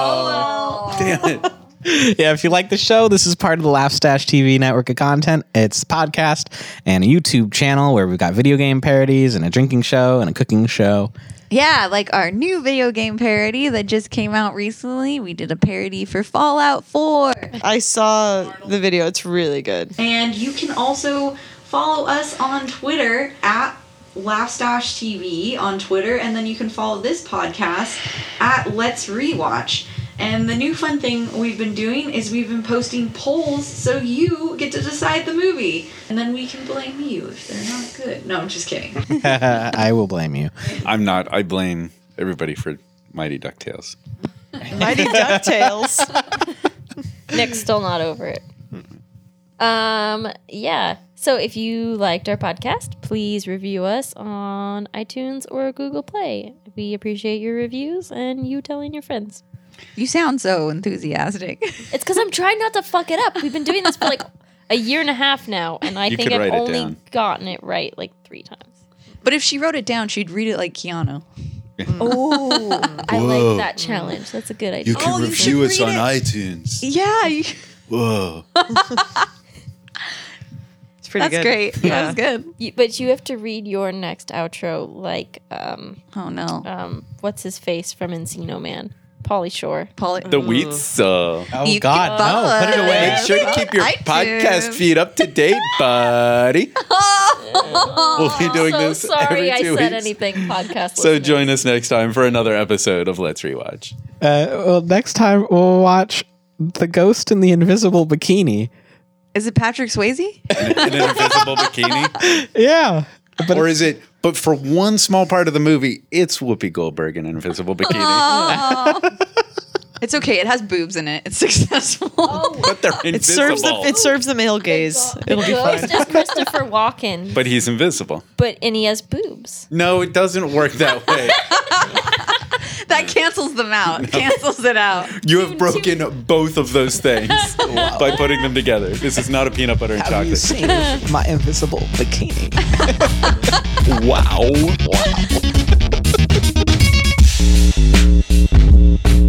Oh. Damn it.
(laughs) yeah, if you like the show, this is part of the Laugh Stash TV network of content. It's a podcast and a YouTube channel where we've got video game parodies and a drinking show and a cooking show.
Yeah, like our new video game parody that just came out recently. We did a parody for Fallout 4.
right? I saw the video. It's really good.
And you can also follow us on Twitter at Laughstash TV on Twitter, and then you can follow this podcast at Let's Rewatch. And the new fun thing we've been doing is we've been posting polls so you get to decide the movie. And then we can blame you if they're not good. No, I'm just kidding.
I will blame you.
I'm not. I blame everybody for Mighty DuckTales.
(laughs) Mighty DuckTales.
(laughs) Nick's still not over it. Um, yeah. So if you liked our podcast, please review us on iTunes or Google Play. We appreciate your reviews and you telling your friends.
You sound so enthusiastic. (laughs)
It's because I'm trying not to fuck it up. We've been doing this for like a year and a half now, and I
You
think
could
I've
write it
only
down.
gotten it right like three times.
But if she wrote it down, she'd read it like Keanu.
Oh,
Whoa.
I like that challenge. That's a good idea. Oh,
Oh,
you should read it.
iTunes.
Yeah, you-
Whoa.
It's pretty good.
that's great. That was good.
You- but you have to read your next outro like um
Oh no,
Uh,
um what's his face from Encino Man, Polly Shore.
Paul.
The wheat uh
Oh,
You
God,
can
no. Put it away.
Make sure to keep your
iTunes.
podcast feed up to date,
(laughs)
buddy.
Oh,
we'll be doing
so
this
sorry
every
I
two
said
weeks.
anything podcast.
So
listeners.
join us next time for another episode of Let's Rewatch.
Uh, well, next time we'll watch The Ghost in the Invisible Bikini.
Is it
(laughs)
Patrick Swayze?
In an
(laughs)
invisible bikini,
Yeah. But
or is it? But for one small part of the movie, it's Whoopi Goldberg in an invisible bikini.
It's okay. It has boobs in it. It's successful.
Oh.
But they're invisible.
(laughs) It serves the it serves the male gaze. It'll be fine.
Ghost is Christopher Walken, but,
but he's invisible.
and he has boobs.
No, it doesn't work that way.
(laughs) that cancels them
(laughs)
out. Cancels it out.
You have broken both of those things by putting them together. This is not a peanut butter and
have
chocolate.
you seen my invisible bikini?
Wow.